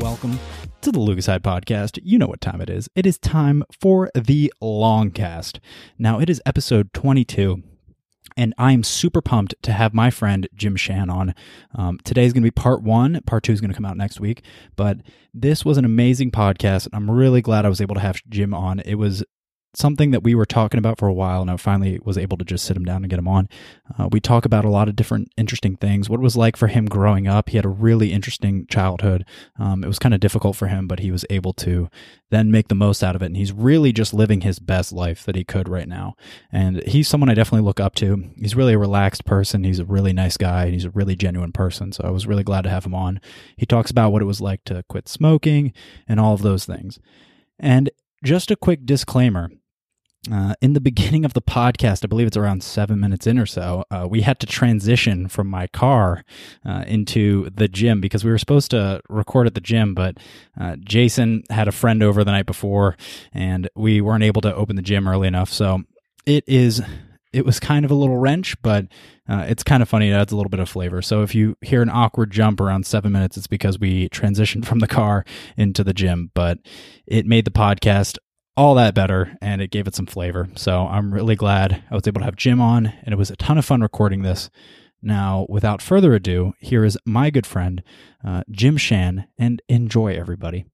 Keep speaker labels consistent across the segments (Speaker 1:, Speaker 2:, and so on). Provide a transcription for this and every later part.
Speaker 1: welcome to the Lucaside Podcast. You know what time it is. It is time for the long cast. Now, it is episode 22. And I'm super pumped to have my friend Jim Shan on. Um, today is going to be part one. Part two is going to come out next week. But this was an amazing podcast. And I'm really glad I was able to have Jim on. It was something that we were talking about for a while, and I finally was able to just sit him down and get him on. Uh, we talk about a lot of different interesting things, what it was like for him growing up. He had a really interesting childhood. Um, it was kind of difficult for him, but he was able to then make the most out of it. And he's really just living his best life that he could right now. And he's someone I definitely look up to. He's really a relaxed person. He's a really nice guy, and he's a really genuine person. So I was really glad to have him on. He talks about what it was like to quit smoking and all of those things. And just a quick disclaimer uh, in the beginning of the podcast, I believe it's around seven minutes in or so, uh, we had to transition from my car uh, into the gym because we were supposed to record at the gym, but uh, Jason had a friend over the night before and we weren't able to open the gym early enough. So it is. It was kind of a little wrench, but uh, it's kind of funny. It adds a little bit of flavor. So if you hear an awkward jump around seven minutes, it's because we transitioned from the car into the gym. But it made the podcast all that better and it gave it some flavor. So I'm really glad I was able to have Jim on and it was a ton of fun recording this. Now, without further ado, here is my good friend, uh, Jim Shan, and enjoy everybody.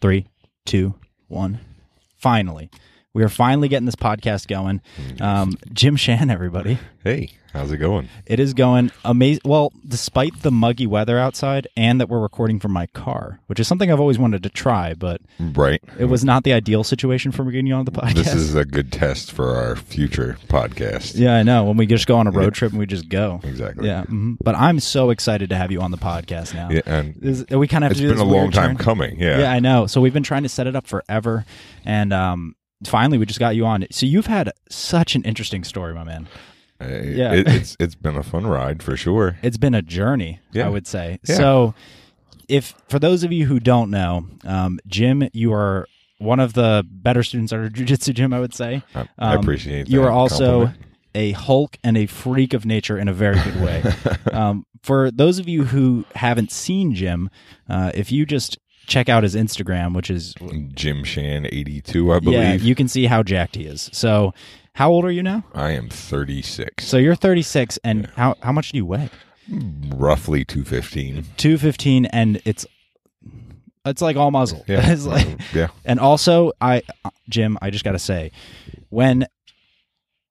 Speaker 1: Three, two, one. Finally, we are finally getting this podcast going. Um, Jim Shan, everybody.
Speaker 2: Hey, how's it going?
Speaker 1: It is going amazing. Well, despite the muggy weather outside and that we're recording from my car, which is something I've always wanted to try, but
Speaker 2: Right.
Speaker 1: it was not the ideal situation for getting you on the podcast.
Speaker 2: This is a good test for our future podcast.
Speaker 1: yeah, I know. When we just go on a road trip and we just go.
Speaker 2: Exactly.
Speaker 1: Yeah. mhm. But I'm so excited to have you on the podcast now.
Speaker 2: Yeah, and
Speaker 1: This- we kind of have
Speaker 2: it's
Speaker 1: to do
Speaker 2: been
Speaker 1: this
Speaker 2: a
Speaker 1: weird
Speaker 2: long time
Speaker 1: turn.
Speaker 2: coming. Yeah.
Speaker 1: Yeah, I know. So we've been trying to set it up forever. And um, finally, we just got you on. So you've had such an interesting story, my man.
Speaker 2: Uh,
Speaker 1: Yeah.
Speaker 2: It, it's it's been a fun ride for sure.
Speaker 1: it's been a journey, I
Speaker 2: Yeah.
Speaker 1: would say.
Speaker 2: Yeah.
Speaker 1: So, if for those of you who don't know, um, Jim, you are one of the better students at our jujitsu gym, I would say.
Speaker 2: I, I
Speaker 1: Um,
Speaker 2: appreciate.
Speaker 1: You
Speaker 2: that
Speaker 1: are also
Speaker 2: compliment.
Speaker 1: a Hulk and a freak of nature in a very good way. um, for those of you who haven't seen Jim, uh, if you just check out his Instagram, which is
Speaker 2: Jim Shan, eighty-two, I
Speaker 1: yeah,
Speaker 2: believe.
Speaker 1: you can see how jacked he is. So, how old are you now?
Speaker 2: I am thirty-six,
Speaker 1: So you're 36, and how how much do you weigh?
Speaker 2: roughly two fifteen.
Speaker 1: two fifteen, and it's it's like all muzzle.
Speaker 2: Yeah.
Speaker 1: It's like-
Speaker 2: yeah.
Speaker 1: and also, I Jim, I just gotta say, when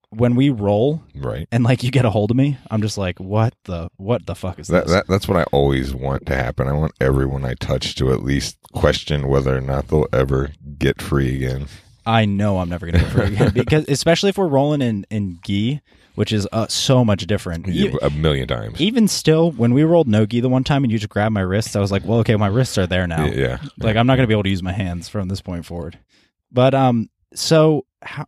Speaker 1: when we roll
Speaker 2: Right.
Speaker 1: and like you get a hold of me, I'm just like, what the what the fuck is
Speaker 2: That,
Speaker 1: this?
Speaker 2: that that's what I always want to happen. I want everyone I touch to at least question whether or not they'll ever get free again.
Speaker 1: I know I'm never gonna go for it again because especially if we're rolling in in gi, which is uh, so much different. E-
Speaker 2: a million times.
Speaker 1: even still, when we rolled no gi the one time and you just grabbed my wrists, I was like, well, okay, my wrists are there now.
Speaker 2: yeah.
Speaker 1: Like I'm not going to be able to use my hands from this point forward. But um, so how?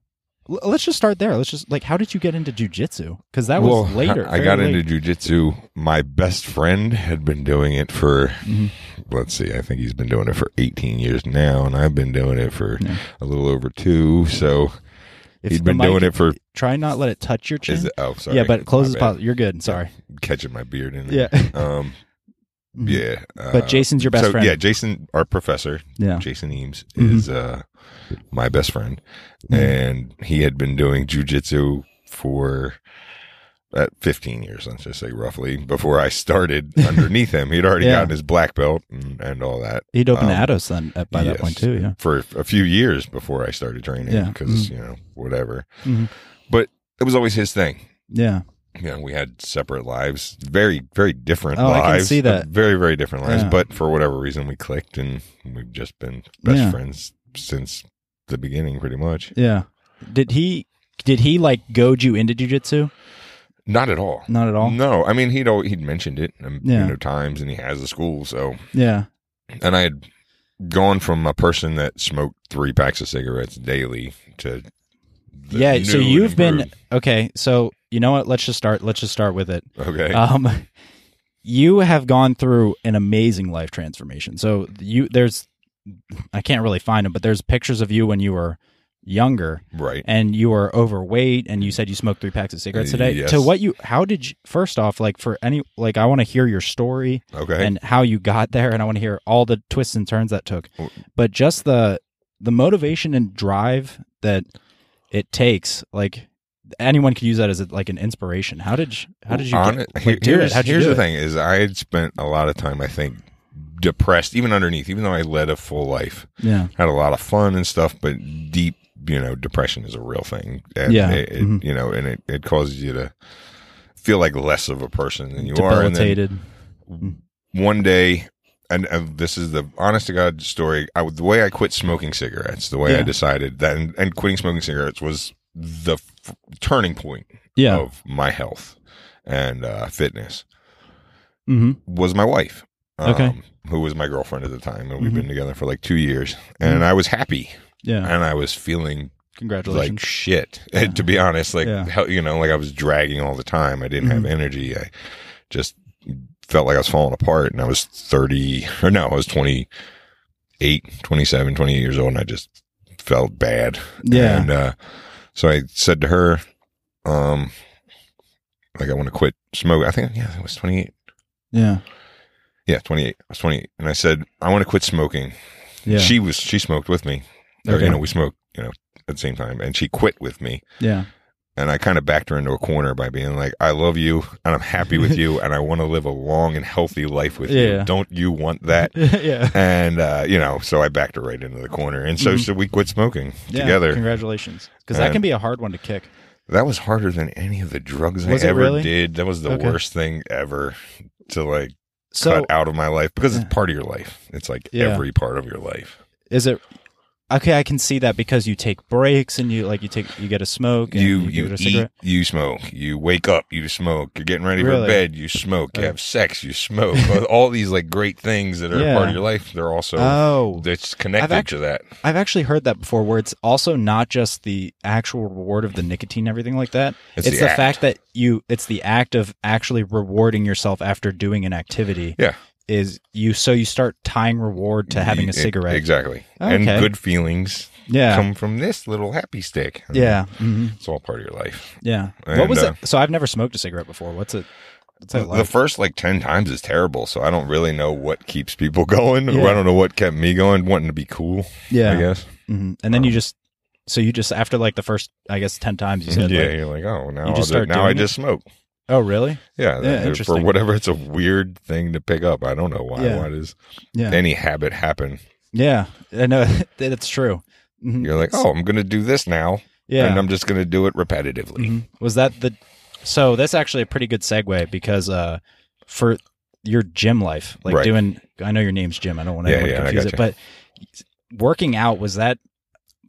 Speaker 1: l- Let's just start there. Let's just like, how did you get into jujitsu? Because that was
Speaker 2: well,
Speaker 1: later.
Speaker 2: I, I got into jujitsu. My best friend had been doing it for,
Speaker 1: Mm-hmm.
Speaker 2: let's see, I think he's been doing it for 18 years now, and I've been doing it for a little over two. So he'd been doing it for.
Speaker 1: Try not let it touch your chin.
Speaker 2: Is it, oh, sorry.
Speaker 1: yeah, but close
Speaker 2: My
Speaker 1: as
Speaker 2: bad.
Speaker 1: possible. You're good. Sorry.
Speaker 2: Catching my beard in.
Speaker 1: Yeah. Mm-hmm.
Speaker 2: it. Um, yeah.
Speaker 1: But
Speaker 2: uh,
Speaker 1: Jason's your best
Speaker 2: so,
Speaker 1: friend.
Speaker 2: Yeah, Jason, our professor,
Speaker 1: Yeah.
Speaker 2: Jason Eames,
Speaker 1: Mhm.
Speaker 2: is uh, my best friend,
Speaker 1: Mm-hmm.
Speaker 2: and he had been doing jujitsu for at 15 years, let's just say roughly, before I started underneath him. He'd already
Speaker 1: Yeah.
Speaker 2: gotten his black belt and, and all that
Speaker 1: He'd opened
Speaker 2: Um,
Speaker 1: Atos then at, by that
Speaker 2: yes.
Speaker 1: point too. Yeah.
Speaker 2: for a few years before I started training
Speaker 1: Yeah. Mm-hmm.
Speaker 2: because, you know, whatever.
Speaker 1: Mhm.
Speaker 2: But it was always his thing.
Speaker 1: Yeah.
Speaker 2: You know, we had separate lives, very, very different
Speaker 1: Oh, I
Speaker 2: lives.
Speaker 1: can see
Speaker 2: but
Speaker 1: that.
Speaker 2: Very, very different lives.
Speaker 1: Yeah.
Speaker 2: But for whatever reason, we clicked and we've just been best
Speaker 1: Yeah.
Speaker 2: friends since the beginning, pretty much.
Speaker 1: Yeah. Did he? Did he like goad you into jujitsu?
Speaker 2: Not at all.
Speaker 1: Not at all.
Speaker 2: No, I mean he'd al- he'd mentioned it a
Speaker 1: Yeah.
Speaker 2: you know times, and he has a school. So,
Speaker 1: Yeah.
Speaker 2: and I had gone from a person that smoked three packs of cigarettes daily to the
Speaker 1: yeah. So
Speaker 2: new and
Speaker 1: you've been
Speaker 2: improved.
Speaker 1: okay. So you know what? Let's just start. Let's just start with it.
Speaker 2: okay.
Speaker 1: Um, you have gone through an amazing life transformation. So you there's, I can't really find them, but there's pictures of you when you were younger
Speaker 2: Right.
Speaker 1: and you were overweight and you said you smoked three packs of cigarettes today
Speaker 2: Yes.
Speaker 1: to what you how did you first off like for any like i want to hear your story
Speaker 2: Okay.
Speaker 1: and how you got there and i want to hear all the twists and turns that took
Speaker 2: Oh.
Speaker 1: but just the the motivation and drive that it takes like anyone could use that as a, like an inspiration how did you how did you
Speaker 2: On
Speaker 1: get,
Speaker 2: it-
Speaker 1: like, do
Speaker 2: here's
Speaker 1: it? How'd you
Speaker 2: here's
Speaker 1: do
Speaker 2: the
Speaker 1: it?
Speaker 2: thing is I had spent a lot of time I think depressed even underneath even though I led a full life
Speaker 1: yeah
Speaker 2: had a lot of fun and stuff but deep you know depression is a real thing and
Speaker 1: Yeah.
Speaker 2: it, it-
Speaker 1: Mhm.
Speaker 2: you know and it, it causes you to feel like less of a person than you are and then
Speaker 1: debilitated
Speaker 2: one day and uh, this is the honest to god story I, the way i quit smoking cigarettes the way
Speaker 1: Yeah.
Speaker 2: i decided that and, and quitting smoking cigarettes was the f- turning point
Speaker 1: yeah
Speaker 2: of my health and uh, fitness
Speaker 1: hmm
Speaker 2: was my wife um,
Speaker 1: Okay.
Speaker 2: who was my girlfriend at the time and we've
Speaker 1: Mhm.
Speaker 2: been together for like two years and i was happy
Speaker 1: Mm-hmm. yeah
Speaker 2: and i was feeling like
Speaker 1: congratulations
Speaker 2: shit
Speaker 1: Yeah.
Speaker 2: to be honest like
Speaker 1: Yeah. Mm-hmm.
Speaker 2: how, you know like i was dragging all the time i didn't have energy i just felt like i was falling apart and i was 30 or no i was 28 27 28 years old and i just felt bad
Speaker 1: yeah
Speaker 2: and uh, so i said to her um like i want to quit smoking i think yeah I think it was 28
Speaker 1: yeah
Speaker 2: yeah 28 i was 28 and i said i want to quit smoking
Speaker 1: yeah
Speaker 2: she was she smoked with me or,
Speaker 1: Okay.
Speaker 2: you know we smoked you know at the same time and she quit with me
Speaker 1: yeah
Speaker 2: and I kind of backed her into a corner by being like, "I love you, and I'm happy with you, and I want to live a long and healthy life with
Speaker 1: Yeah.
Speaker 2: you. Don't you want that?"
Speaker 1: yeah
Speaker 2: And uh, you know, so I backed her right into the corner, and so,
Speaker 1: Mhm.
Speaker 2: so we quit smoking
Speaker 1: Yeah,
Speaker 2: together.
Speaker 1: Congratulations, because that
Speaker 2: And-
Speaker 1: can be a hard one to kick.
Speaker 2: That was harder than any of the drugs
Speaker 1: Was
Speaker 2: I
Speaker 1: it
Speaker 2: ever
Speaker 1: really?
Speaker 2: did. That was the
Speaker 1: Okay.
Speaker 2: worst thing ever to like
Speaker 1: So
Speaker 2: cut out of my life because
Speaker 1: Yeah.
Speaker 2: it's part of your life. It's like
Speaker 1: Yeah.
Speaker 2: every part of your life.
Speaker 1: is it okay? I can see that because you take breaks and you like you take you get a smoke. And
Speaker 2: you
Speaker 1: you,
Speaker 2: you,
Speaker 1: get a
Speaker 2: eat,
Speaker 1: cigarette.
Speaker 2: you smoke. You wake up, you smoke. You're getting ready
Speaker 1: Really?
Speaker 2: for bed, you smoke. You
Speaker 1: Okay.
Speaker 2: have sex, you smoke. all these like great things that are
Speaker 1: Yeah.
Speaker 2: a part of your life, they're also
Speaker 1: Oh,
Speaker 2: it's connected
Speaker 1: I've act-
Speaker 2: to that.
Speaker 1: I've actually heard that before. Where it's also not just the actual reward of the nicotine, and everything like that.
Speaker 2: It's the
Speaker 1: the,
Speaker 2: act.
Speaker 1: fact that you. It's the act of actually rewarding yourself after doing an activity.
Speaker 2: Yeah.
Speaker 1: Is you so you start tying reward to having
Speaker 2: E-
Speaker 1: a cigarette.
Speaker 2: exactly. And
Speaker 1: Okay.
Speaker 2: good feelings
Speaker 1: Yeah.
Speaker 2: come from this little happy stick.
Speaker 1: yeah. mhm,
Speaker 2: It's all part of your life.
Speaker 1: Yeah. what
Speaker 2: And,
Speaker 1: was
Speaker 2: uh,
Speaker 1: it? So I've never smoked a cigarette before. What's it? What's it like?
Speaker 2: The first like 10 times is terrible, so I don't really know what keeps people going. Or
Speaker 1: Yeah.
Speaker 2: I don't know what kept me going, wanting to be cool,
Speaker 1: yeah.
Speaker 2: I guess.
Speaker 1: hmm And
Speaker 2: Um,
Speaker 1: then you just, so you just after like the first, I guess, ten times, you said,
Speaker 2: yeah,
Speaker 1: like,
Speaker 2: you're like, oh, now,
Speaker 1: You
Speaker 2: I'll
Speaker 1: just
Speaker 2: just
Speaker 1: start
Speaker 2: now I
Speaker 1: doing it?
Speaker 2: just smoke.
Speaker 1: "Oh, really?
Speaker 2: Yeah, that- for
Speaker 1: interesting.
Speaker 2: whatever, it's a weird thing to pick up. I don't know why.
Speaker 1: Yeah.
Speaker 2: Why does
Speaker 1: Yeah,
Speaker 2: any habit happen?
Speaker 1: yeah." I know that it's true. Mhm.
Speaker 2: You're like, oh, I'm going to do this now,
Speaker 1: yeah.
Speaker 2: and I'm just going to do it repetitively.
Speaker 1: Mhm. Was that the? So that's actually a pretty good segue because uh, for your gym life, like
Speaker 2: Right.
Speaker 1: doing, I know your name's Jim. I don't want
Speaker 2: Yeah,
Speaker 1: anyone to
Speaker 2: yeah, I
Speaker 1: confuse it, but working out was that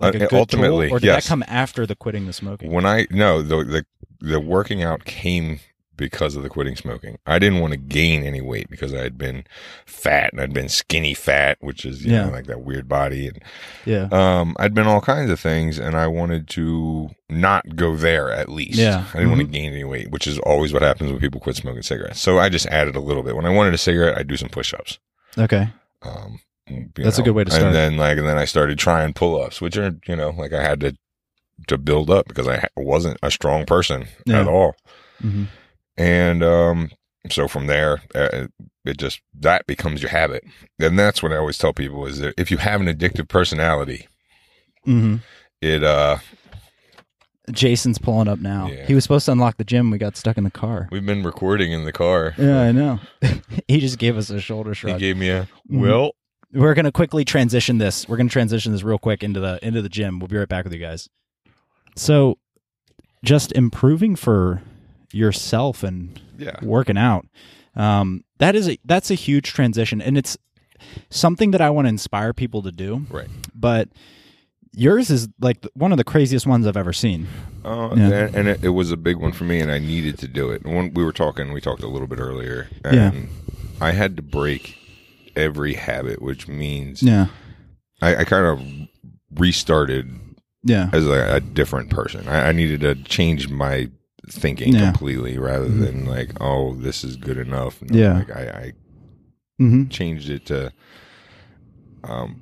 Speaker 1: like a
Speaker 2: Uh,
Speaker 1: good
Speaker 2: ultimately,
Speaker 1: tool, or did
Speaker 2: yes.
Speaker 1: that come after the quitting the smoking?
Speaker 2: When I no the the the working out came because of the quitting smoking. I didn't want to gain any weight because I had been fat and I'd been skinny fat, which is you
Speaker 1: Yeah.
Speaker 2: know like that weird body, and
Speaker 1: Yeah,
Speaker 2: um, I'd been all kinds of things, and I wanted to not go there at least.
Speaker 1: Yeah. Mm-hmm.
Speaker 2: I didn't want to gain any weight, which is always what happens when people quit smoking cigarettes. So I just added a little bit. When I wanted a cigarette, I'd do some push-ups.
Speaker 1: okay,
Speaker 2: Um, you
Speaker 1: That's a good way to start.
Speaker 2: And then like, and then I started trying pull-ups, which are you know like I had to to build up because I ha- wasn't a strong person
Speaker 1: Yeah.
Speaker 2: at all.
Speaker 1: hmm
Speaker 2: And um, so from there, uh, it just that becomes your habit, and that's what I always tell people is that if you have an addictive personality,
Speaker 1: hmm
Speaker 2: it uh
Speaker 1: Jason's pulling up now.
Speaker 2: Yeah.
Speaker 1: He was supposed to unlock the gym. We got stuck in the car.
Speaker 2: We've been recording in the car.
Speaker 1: Yeah, I know. Mm-hmm. he just gave us a shoulder
Speaker 2: He
Speaker 1: shrug.
Speaker 2: gave me a well.
Speaker 1: We're gonna quickly transition this. We're gonna transition this real quick into the into the gym. We'll be right back with you guys. So, just improving for yourself and
Speaker 2: Yeah.
Speaker 1: working out. Um, that is a that's a huge transition, and it's something that I want to inspire people to do.
Speaker 2: Right.
Speaker 1: But yours is like one of the craziest ones I've ever seen.
Speaker 2: Uh,
Speaker 1: Yeah.
Speaker 2: And, and it, it was a big one for me, and I needed to do it. And When we were talking, we talked a little bit earlier, and
Speaker 1: Yeah.
Speaker 2: I had to break every habit, which means
Speaker 1: Yeah.
Speaker 2: I, I kind of restarted
Speaker 1: Yeah.
Speaker 2: as a, a different person. I, I needed to change my thinking
Speaker 1: Yeah. Mm-hmm.
Speaker 2: completely rather than like, oh, this is good enough. No,
Speaker 1: Yeah.
Speaker 2: like I, I
Speaker 1: Mm-hmm.
Speaker 2: changed it to um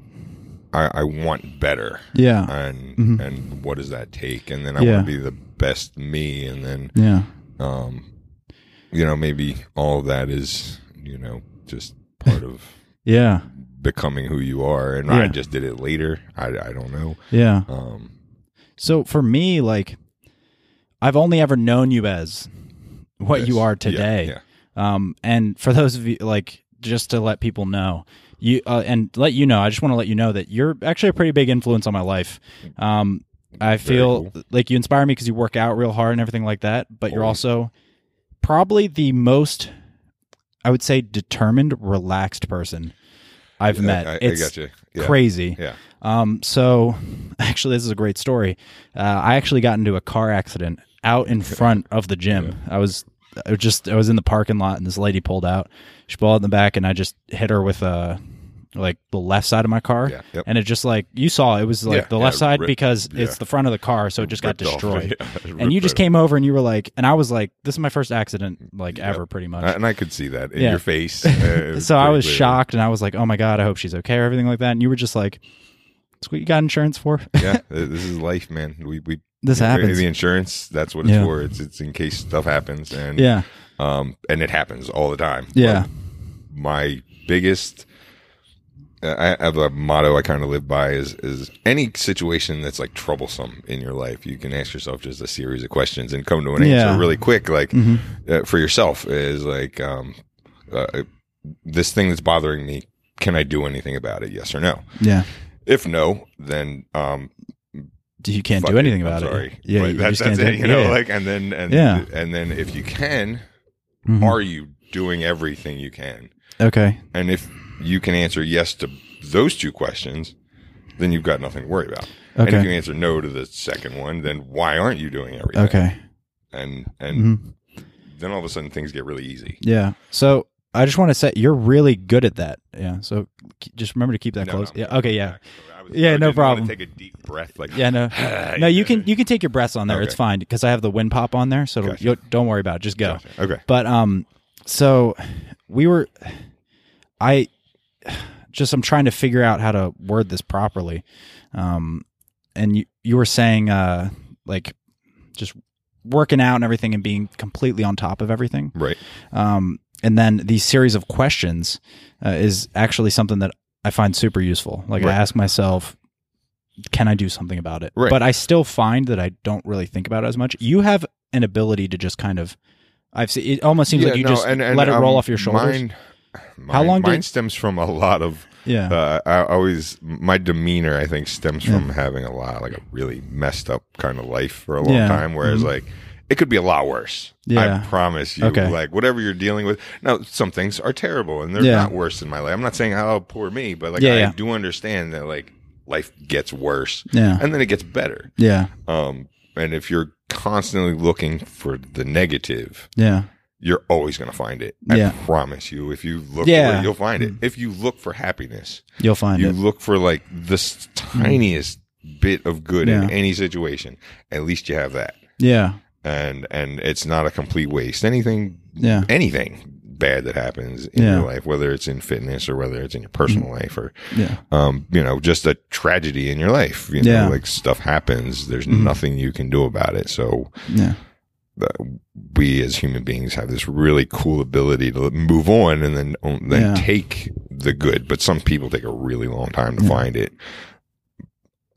Speaker 2: I, I want better.
Speaker 1: Yeah.
Speaker 2: And
Speaker 1: Mhm.
Speaker 2: and what does that take? And then I
Speaker 1: Yeah.
Speaker 2: want to be the best me. And then
Speaker 1: Yeah.
Speaker 2: um, you know, maybe all that is you know just part of
Speaker 1: Yeah.
Speaker 2: becoming who you are. And I
Speaker 1: Yeah.
Speaker 2: just did it later. I I don't know.
Speaker 1: Yeah.
Speaker 2: Um,
Speaker 1: So for me, like, I've only ever known you as what
Speaker 2: this.
Speaker 1: you are
Speaker 2: Yeah,
Speaker 1: today.
Speaker 2: Yeah.
Speaker 1: Um, and for those of you, like, just to let people know, you uh, and let you know, I just want to let you know that you're actually a pretty big influence on my life. Um, I
Speaker 2: Very
Speaker 1: feel
Speaker 2: cool.
Speaker 1: like you inspire me because you work out real hard and everything like that. But you're
Speaker 2: Oh.
Speaker 1: also probably the most, I would say, determined, relaxed person I've met.
Speaker 2: I, I,
Speaker 1: it's
Speaker 2: I got you. Yeah.
Speaker 1: crazy.
Speaker 2: Yeah.
Speaker 1: Um, so actually, this is a great story. Uh, I actually got into a car accident out in front of the gym. I was, I was just, I was in the parking lot, and this lady pulled out. She pulled out in the back, and I just hit her with a, like the left side of my car,
Speaker 2: Yeah, yep.
Speaker 1: and it just like you saw, it was like
Speaker 2: Yeah,
Speaker 1: the
Speaker 2: yeah,
Speaker 1: left side
Speaker 2: ripped-
Speaker 1: because
Speaker 2: yeah.
Speaker 1: it's the front of the car, so it just got
Speaker 2: Ripped off.
Speaker 1: destroyed.
Speaker 2: Yeah,
Speaker 1: And you
Speaker 2: ripped
Speaker 1: just
Speaker 2: right
Speaker 1: came over and you were like, and I was like, this is my first accident like ever, pretty much.
Speaker 2: off. And I could see that in
Speaker 1: Yeah.
Speaker 2: your face. Uh,
Speaker 1: so I
Speaker 2: pretty
Speaker 1: was
Speaker 2: clearly.
Speaker 1: shocked and I was like, oh my God, I hope she's okay or everything like that. And you were just like, that's what you got insurance for.
Speaker 2: yeah, th- this is life, man. We we
Speaker 1: this happens.
Speaker 2: The insurance, that's what it's
Speaker 1: Yeah.
Speaker 2: for. It's it's in case stuff happens and
Speaker 1: Yeah.
Speaker 2: um and it happens all the time.
Speaker 1: Yeah.
Speaker 2: But my biggest I I have a motto I kind of live by is is any situation that's like troublesome in your life, you can ask yourself just a series of questions and come to an
Speaker 1: Yeah.
Speaker 2: answer really quick. Like
Speaker 1: Mhm.
Speaker 2: uh, for yourself is like um, uh, this thing that's bothering me. Can I do anything about it? Yes or no.
Speaker 1: Yeah.
Speaker 2: If no, then um,
Speaker 1: You can't
Speaker 2: fuck
Speaker 1: do anything
Speaker 2: I'm
Speaker 1: about it.
Speaker 2: sorry.
Speaker 1: Yeah.
Speaker 2: But
Speaker 1: you
Speaker 2: that's
Speaker 1: just
Speaker 2: that's
Speaker 1: can't do
Speaker 2: it. You know,
Speaker 1: Yeah.
Speaker 2: like and then and
Speaker 1: Yeah.
Speaker 2: and then if you can,
Speaker 1: Mhm.
Speaker 2: are you doing everything you can?
Speaker 1: okay.
Speaker 2: And if you can answer yes to those two questions, then you've got nothing to worry about. And
Speaker 1: Okay.
Speaker 2: if you answer no to the second one, then why aren't you doing everything?
Speaker 1: Okay.
Speaker 2: And and
Speaker 1: Mhm.
Speaker 2: then all of a sudden things get really easy.
Speaker 1: Yeah. So I just want to say you're really good at that. Yeah. So k- just remember to keep that
Speaker 2: No,
Speaker 1: close.
Speaker 2: no.
Speaker 1: yeah. Okay. Yeah.
Speaker 2: I was-
Speaker 1: Yeah,
Speaker 2: I
Speaker 1: no
Speaker 2: didn't wanna
Speaker 1: problem.
Speaker 2: Take a deep breath, like
Speaker 1: Yeah. No. No, you can you can take your breaths on there.
Speaker 2: Okay.
Speaker 1: It's fine because I have the wind pop on there, so it'll-
Speaker 2: Gotcha.
Speaker 1: you'll- don't worry about it. Just go.
Speaker 2: Okay,
Speaker 1: But um, so we were, I just I'm trying to figure out how to word this properly. Um, and you you were saying uh like just working out and everything and being completely on top of everything.
Speaker 2: right.
Speaker 1: Um, and then the series of questions uh, is actually something that I find super useful. Like
Speaker 2: Right.
Speaker 1: I ask myself, can I do something about it?
Speaker 2: Right.
Speaker 1: But I still find that I don't really think about it as much. You have an ability to just kind of, I've seen, it almost seems like you just let it roll
Speaker 2: um,
Speaker 1: off your shoulders.
Speaker 2: Mine, mine,
Speaker 1: How long did-
Speaker 2: Mine stems from a lot of.
Speaker 1: yeah.
Speaker 2: Uh, I always my demeanor. I think stems
Speaker 1: Yeah.
Speaker 2: from having a lot like a really messed up kind of life for a long
Speaker 1: Yeah.
Speaker 2: time. Whereas
Speaker 1: Mhm.
Speaker 2: like it could be a lot worse.
Speaker 1: Yeah.
Speaker 2: I promise you.
Speaker 1: Okay.
Speaker 2: Like whatever you're dealing with. Now some things are terrible and they're
Speaker 1: Yeah.
Speaker 2: not worse in my life. I'm not saying oh poor me, but like
Speaker 1: Yeah,
Speaker 2: I
Speaker 1: yeah.
Speaker 2: do understand that like life gets worse
Speaker 1: yeah.
Speaker 2: and then it gets better.
Speaker 1: Yeah.
Speaker 2: Um, and if you're constantly looking for the negative,
Speaker 1: Yeah.
Speaker 2: you're always going to find it. I
Speaker 1: Yeah.
Speaker 2: promise you. If you look
Speaker 1: Yeah. Mm.
Speaker 2: for it, you'll find it. If you look for happiness,
Speaker 1: You'll find
Speaker 2: you
Speaker 1: it.
Speaker 2: look for like the s- tiniest bit of good
Speaker 1: Yeah.
Speaker 2: in any situation. At least you have that,
Speaker 1: Yeah.
Speaker 2: and and it's not a complete waste. Anything,
Speaker 1: Yeah.
Speaker 2: anything bad that happens in
Speaker 1: Yeah. Mm-hmm.
Speaker 2: your life, whether it's in fitness or whether it's in your personal life or
Speaker 1: Yeah.
Speaker 2: um, you know, just a tragedy in your life. You know,
Speaker 1: Yeah.
Speaker 2: like stuff happens. There's
Speaker 1: Mhm.
Speaker 2: nothing you can do about it. So
Speaker 1: Yeah.
Speaker 2: uh, we as human beings have this really cool ability to move on and then own- then
Speaker 1: Yeah.
Speaker 2: take the good. But some people take a really long time to
Speaker 1: Yeah.
Speaker 2: find it.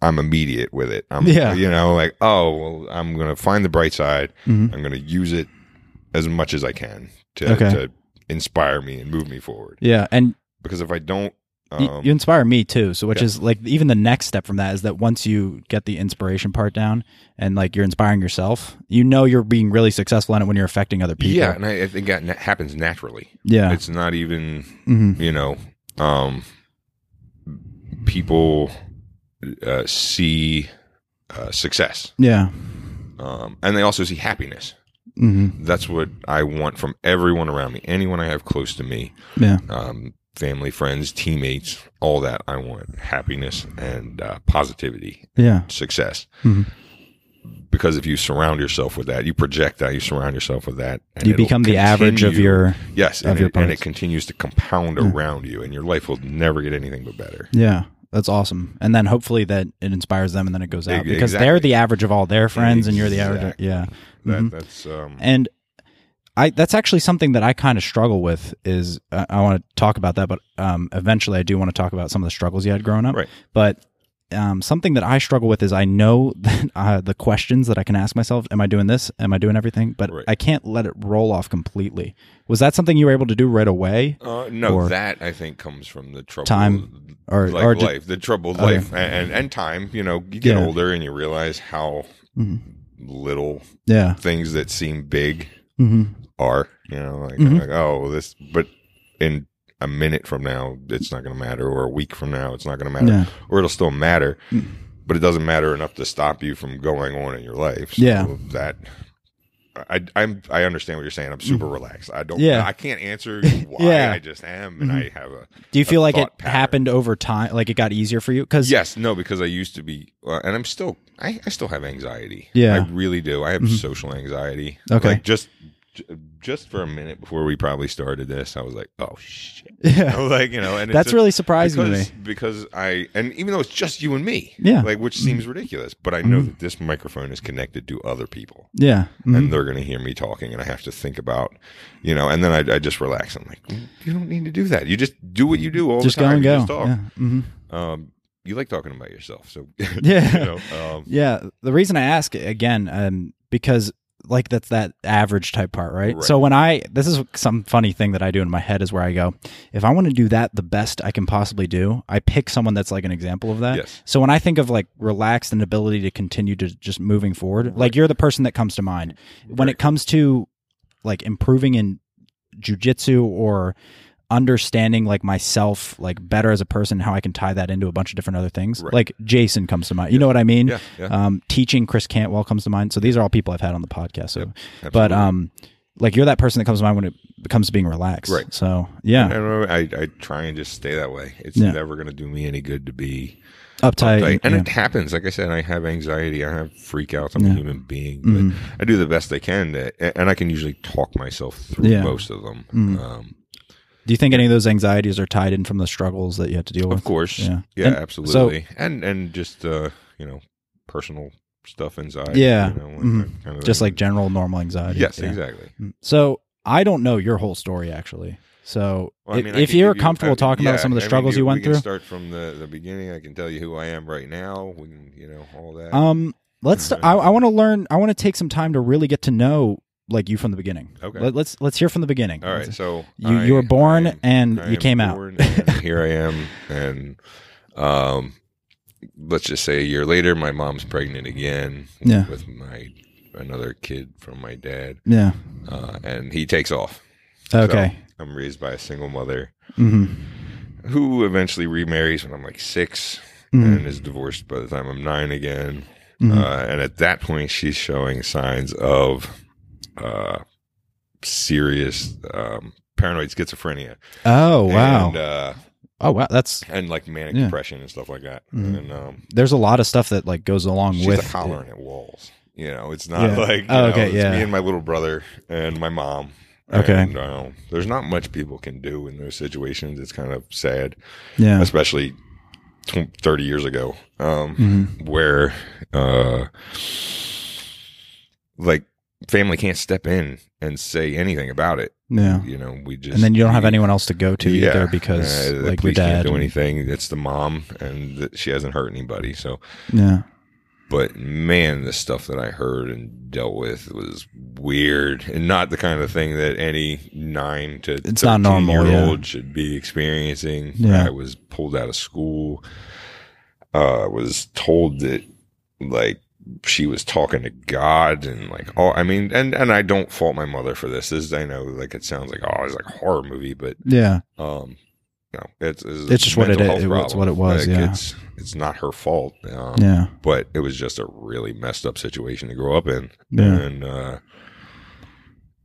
Speaker 2: I'm immediate with it. I'm,
Speaker 1: Yeah.
Speaker 2: you know, like oh, well, I'm gonna find the bright side.
Speaker 1: Mhm.
Speaker 2: I'm gonna use it as much as I can to,
Speaker 1: Okay.
Speaker 2: to inspire me and move me forward.
Speaker 1: Yeah. And
Speaker 2: Because if I don't,
Speaker 1: Y-
Speaker 2: um,
Speaker 1: you inspire me too. So, which
Speaker 2: yeah.
Speaker 1: is like even the next step from that is that once you get the inspiration part down and like you're inspiring yourself, you know you're being really successful in it when you're affecting other people.
Speaker 2: yeah, and I, I think that na- happens naturally.
Speaker 1: Yeah.
Speaker 2: It's not even
Speaker 1: hmm
Speaker 2: you know, um, people uh, see uh, success,
Speaker 1: Yeah.
Speaker 2: um, and they also see happiness.
Speaker 1: hmm
Speaker 2: That's what I want from everyone around me, anyone I have close to me,
Speaker 1: Yeah.
Speaker 2: um, family, friends, teammates, all that. I want happiness and uh, positivity,
Speaker 1: Yeah.
Speaker 2: success.
Speaker 1: Mhm.
Speaker 2: Because if you surround yourself with that, you project that, you surround yourself with that, and
Speaker 1: you
Speaker 2: it'll
Speaker 1: become the average of
Speaker 2: continue-
Speaker 1: your.
Speaker 2: yes,
Speaker 1: of
Speaker 2: and,
Speaker 1: your
Speaker 2: it, and
Speaker 1: parts.
Speaker 2: it continues to compound around you, and your life will never get anything but better.
Speaker 1: Yeah. That's awesome. And then hopefully that it inspires them and then it goes out
Speaker 2: E-
Speaker 1: because
Speaker 2: exactly.
Speaker 1: they're the average of all their friends and you're the average.
Speaker 2: Exactly.
Speaker 1: Yeah.
Speaker 2: That,
Speaker 1: Mhm.
Speaker 2: That's um,
Speaker 1: And I that's actually something that I kind of struggle with is uh, I want to talk about that, but um, eventually I do want to talk about some of the struggles you had growing up.
Speaker 2: Right.
Speaker 1: But um, something that I struggle with is I know that, uh, the questions that I can ask myself: Am I doing this? Am I doing everything? But
Speaker 2: Right.
Speaker 1: I can't let it roll off completely. Was that something you were able to do right away,
Speaker 2: uh, no,
Speaker 1: or-
Speaker 2: that I think comes from the trouble
Speaker 1: Time or
Speaker 2: like
Speaker 1: or
Speaker 2: life, the troubled
Speaker 1: Okay.
Speaker 2: life, and, and and time. You know, you get
Speaker 1: Yeah.
Speaker 2: older and you realize how
Speaker 1: Mhm.
Speaker 2: little
Speaker 1: yeah?
Speaker 2: things that seem big
Speaker 1: hmm
Speaker 2: are. You know, like,
Speaker 1: Mhm.
Speaker 2: like oh, this, but in a minute from now, it's not going to matter, or a week from now, it's not going to matter,
Speaker 1: Yeah.
Speaker 2: or it'll still matter,
Speaker 1: Mm.
Speaker 2: but it doesn't matter enough to stop you from going on in your life. So
Speaker 1: Yeah.
Speaker 2: that. I, I'm I understand what you're saying. I'm super relaxed. I don't.
Speaker 1: Mm. Yeah.
Speaker 2: I can't answer why.
Speaker 1: Yeah. Mm-hmm.
Speaker 2: I just am, and I have a
Speaker 1: Do you feel like it
Speaker 2: thought pattern.
Speaker 1: happened over time? Like it got easier for you? Because
Speaker 2: Yes, no, because I used to be, uh, and I'm still, I, I still have anxiety.
Speaker 1: Yeah.
Speaker 2: I really do. I have
Speaker 1: Mhm.
Speaker 2: social anxiety.
Speaker 1: Okay.
Speaker 2: like just, j- just for a minute before we probably started this, I was like, oh shit, I
Speaker 1: yeah,
Speaker 2: was like you know, and it's
Speaker 1: that's
Speaker 2: just
Speaker 1: really surprising to me.
Speaker 2: because, because I, and even though it's just you and me,
Speaker 1: Yeah. Mm-hmm.
Speaker 2: like which seems ridiculous, but I know that this microphone is connected to other people.
Speaker 1: Yeah, Mhm.
Speaker 2: And they're going to hear me talking, and I have to think about, you know. And then I, I just relax. I'm like, you don't need to do that. You just do what you do all
Speaker 1: Mm-hmm. just
Speaker 2: the
Speaker 1: go
Speaker 2: time.
Speaker 1: and
Speaker 2: You
Speaker 1: go.
Speaker 2: just talk
Speaker 1: Yeah. Mhm.
Speaker 2: um, you like talking about yourself, so
Speaker 1: Yeah.
Speaker 2: you know, um,
Speaker 1: Yeah, the reason I ask again, um, because like that's that average type part, right?
Speaker 2: Right.
Speaker 1: So when I this is some funny thing that I do in my head is where I go, if I want to do that the best I can possibly do, I pick someone that's like an example of that.
Speaker 2: Yes.
Speaker 1: So when I think of like relaxed and ability to continue to just moving forward, like you're the person that comes to mind. When
Speaker 2: Right.
Speaker 1: it comes to like improving in jujitsu or understanding like myself like better as a person how i can tie that into a bunch of different other things
Speaker 2: Right.
Speaker 1: like jason comes to mind you know what i mean
Speaker 2: yeah, yeah,
Speaker 1: um, teaching Chris Cantwell comes to mind. So these are all people I've had on the podcast. So, but
Speaker 2: absolutely.
Speaker 1: um, like you're that person that comes to mind when it comes to being relaxed.
Speaker 2: Right. uh,
Speaker 1: So yeah,
Speaker 2: I, don't know, I I try and just stay that way. It's
Speaker 1: Yeah.
Speaker 2: never going to do me any good to be
Speaker 1: uptight.
Speaker 2: uptight, and
Speaker 1: yeah.
Speaker 2: it happens. Like I said, I have anxiety. I have freak outs. I'm
Speaker 1: Yeah.
Speaker 2: a human being, but
Speaker 1: Mhm.
Speaker 2: I do the best I can, to, and I can usually talk myself through
Speaker 1: Yeah.
Speaker 2: most of them.
Speaker 1: Mhm.
Speaker 2: Um,
Speaker 1: Do you think any of those anxieties are tied in from the struggles that you had to deal
Speaker 2: of
Speaker 1: with?
Speaker 2: course,
Speaker 1: Yeah.
Speaker 2: yeah,
Speaker 1: And so-
Speaker 2: absolutely, and and just uh, you know, personal stuff inside.
Speaker 1: Yeah.
Speaker 2: you know, and
Speaker 1: Mhm.
Speaker 2: that kind of
Speaker 1: Just
Speaker 2: thing.
Speaker 1: like general normal anxiety.
Speaker 2: yes,
Speaker 1: Yeah.
Speaker 2: exactly.
Speaker 1: Mm. So I don't know your whole story actually. So
Speaker 2: Well, I mean,
Speaker 1: if,
Speaker 2: I
Speaker 1: if
Speaker 2: can
Speaker 1: you're
Speaker 2: give you-
Speaker 1: comfortable
Speaker 2: I-
Speaker 1: talking
Speaker 2: yeah,
Speaker 1: about some of the
Speaker 2: I mean,
Speaker 1: struggles you,
Speaker 2: we
Speaker 1: went
Speaker 2: can
Speaker 1: through,
Speaker 2: Start from the, the beginning. I can tell you who I am right now. We can, you know, all that.
Speaker 1: um, let's. St- I, I want to learn. I want to take some time to really get to know like you from the beginning.
Speaker 2: Okay.
Speaker 1: Let, us let's hear from the beginning.
Speaker 2: all right. So
Speaker 1: You
Speaker 2: I-
Speaker 1: you were born
Speaker 2: I am-
Speaker 1: and
Speaker 2: I
Speaker 1: you
Speaker 2: am
Speaker 1: came out.
Speaker 2: born and here I am, and um, let's just say a year later, my mom's pregnant again.
Speaker 1: Yeah.
Speaker 2: With my another kid from my dad,
Speaker 1: Yeah.
Speaker 2: uh, and he takes off.
Speaker 1: Okay.
Speaker 2: So I'm raised by a single mother
Speaker 1: mm-hmm.
Speaker 2: who eventually remarries when I'm like 6
Speaker 1: Mhm.
Speaker 2: and is divorced by the time I'm nine again.
Speaker 1: Mhm.
Speaker 2: Uh, and at that point, she's showing signs of uh, serious um, paranoid schizophrenia.
Speaker 1: Oh wow.
Speaker 2: And, uh,
Speaker 1: oh wow. That's
Speaker 2: and like manic
Speaker 1: Yeah.
Speaker 2: depression and stuff like that.
Speaker 1: Mhm.
Speaker 2: And um,
Speaker 1: there's a lot of stuff that like goes along
Speaker 2: she's
Speaker 1: with
Speaker 2: like hollering at walls. You know, it's not
Speaker 1: Yeah.
Speaker 2: like you
Speaker 1: Oh,
Speaker 2: know,
Speaker 1: okay,
Speaker 2: it's
Speaker 1: yeah.
Speaker 2: me and my little brother and my mom.
Speaker 1: Okay.
Speaker 2: And, um, there's not much people can do in those situations. It's kind of sad,
Speaker 1: Yeah.
Speaker 2: especially tw- 30 years ago. Um,
Speaker 1: Mhm.
Speaker 2: where uh like family can't step in and say anything about it
Speaker 1: Yeah.
Speaker 2: you know we just
Speaker 1: And then you don't have
Speaker 2: we-
Speaker 1: anyone else to go to
Speaker 2: Yeah.
Speaker 1: either because
Speaker 2: Uh, the
Speaker 1: like your
Speaker 2: police
Speaker 1: dad.
Speaker 2: can't do
Speaker 1: and-
Speaker 2: anything it's the mom and th- she hasn't hurt anybody so
Speaker 1: yeah.
Speaker 2: but man the stuff that i heard and dealt with was weird and not the kind of thing that any 9 to
Speaker 1: It's not normal,
Speaker 2: year
Speaker 1: yeah.
Speaker 2: old should be experiencing
Speaker 1: Yeah.
Speaker 2: i was pulled out of school uh was told that like she was talking to God and like oh I mean and and I don't fault my mother for this. This is- I know like it sounds like oh it's like a horror movie, but
Speaker 1: Yeah.
Speaker 2: um you know it's it's,
Speaker 1: It's just what it
Speaker 2: mental
Speaker 1: is-
Speaker 2: health
Speaker 1: it was-
Speaker 2: problem.
Speaker 1: what it was,
Speaker 2: Like,
Speaker 1: yeah.
Speaker 2: It's it's not her fault. Um,
Speaker 1: Yeah.
Speaker 2: but it was just a really messed up situation to grow up in.
Speaker 1: Yeah.
Speaker 2: And uh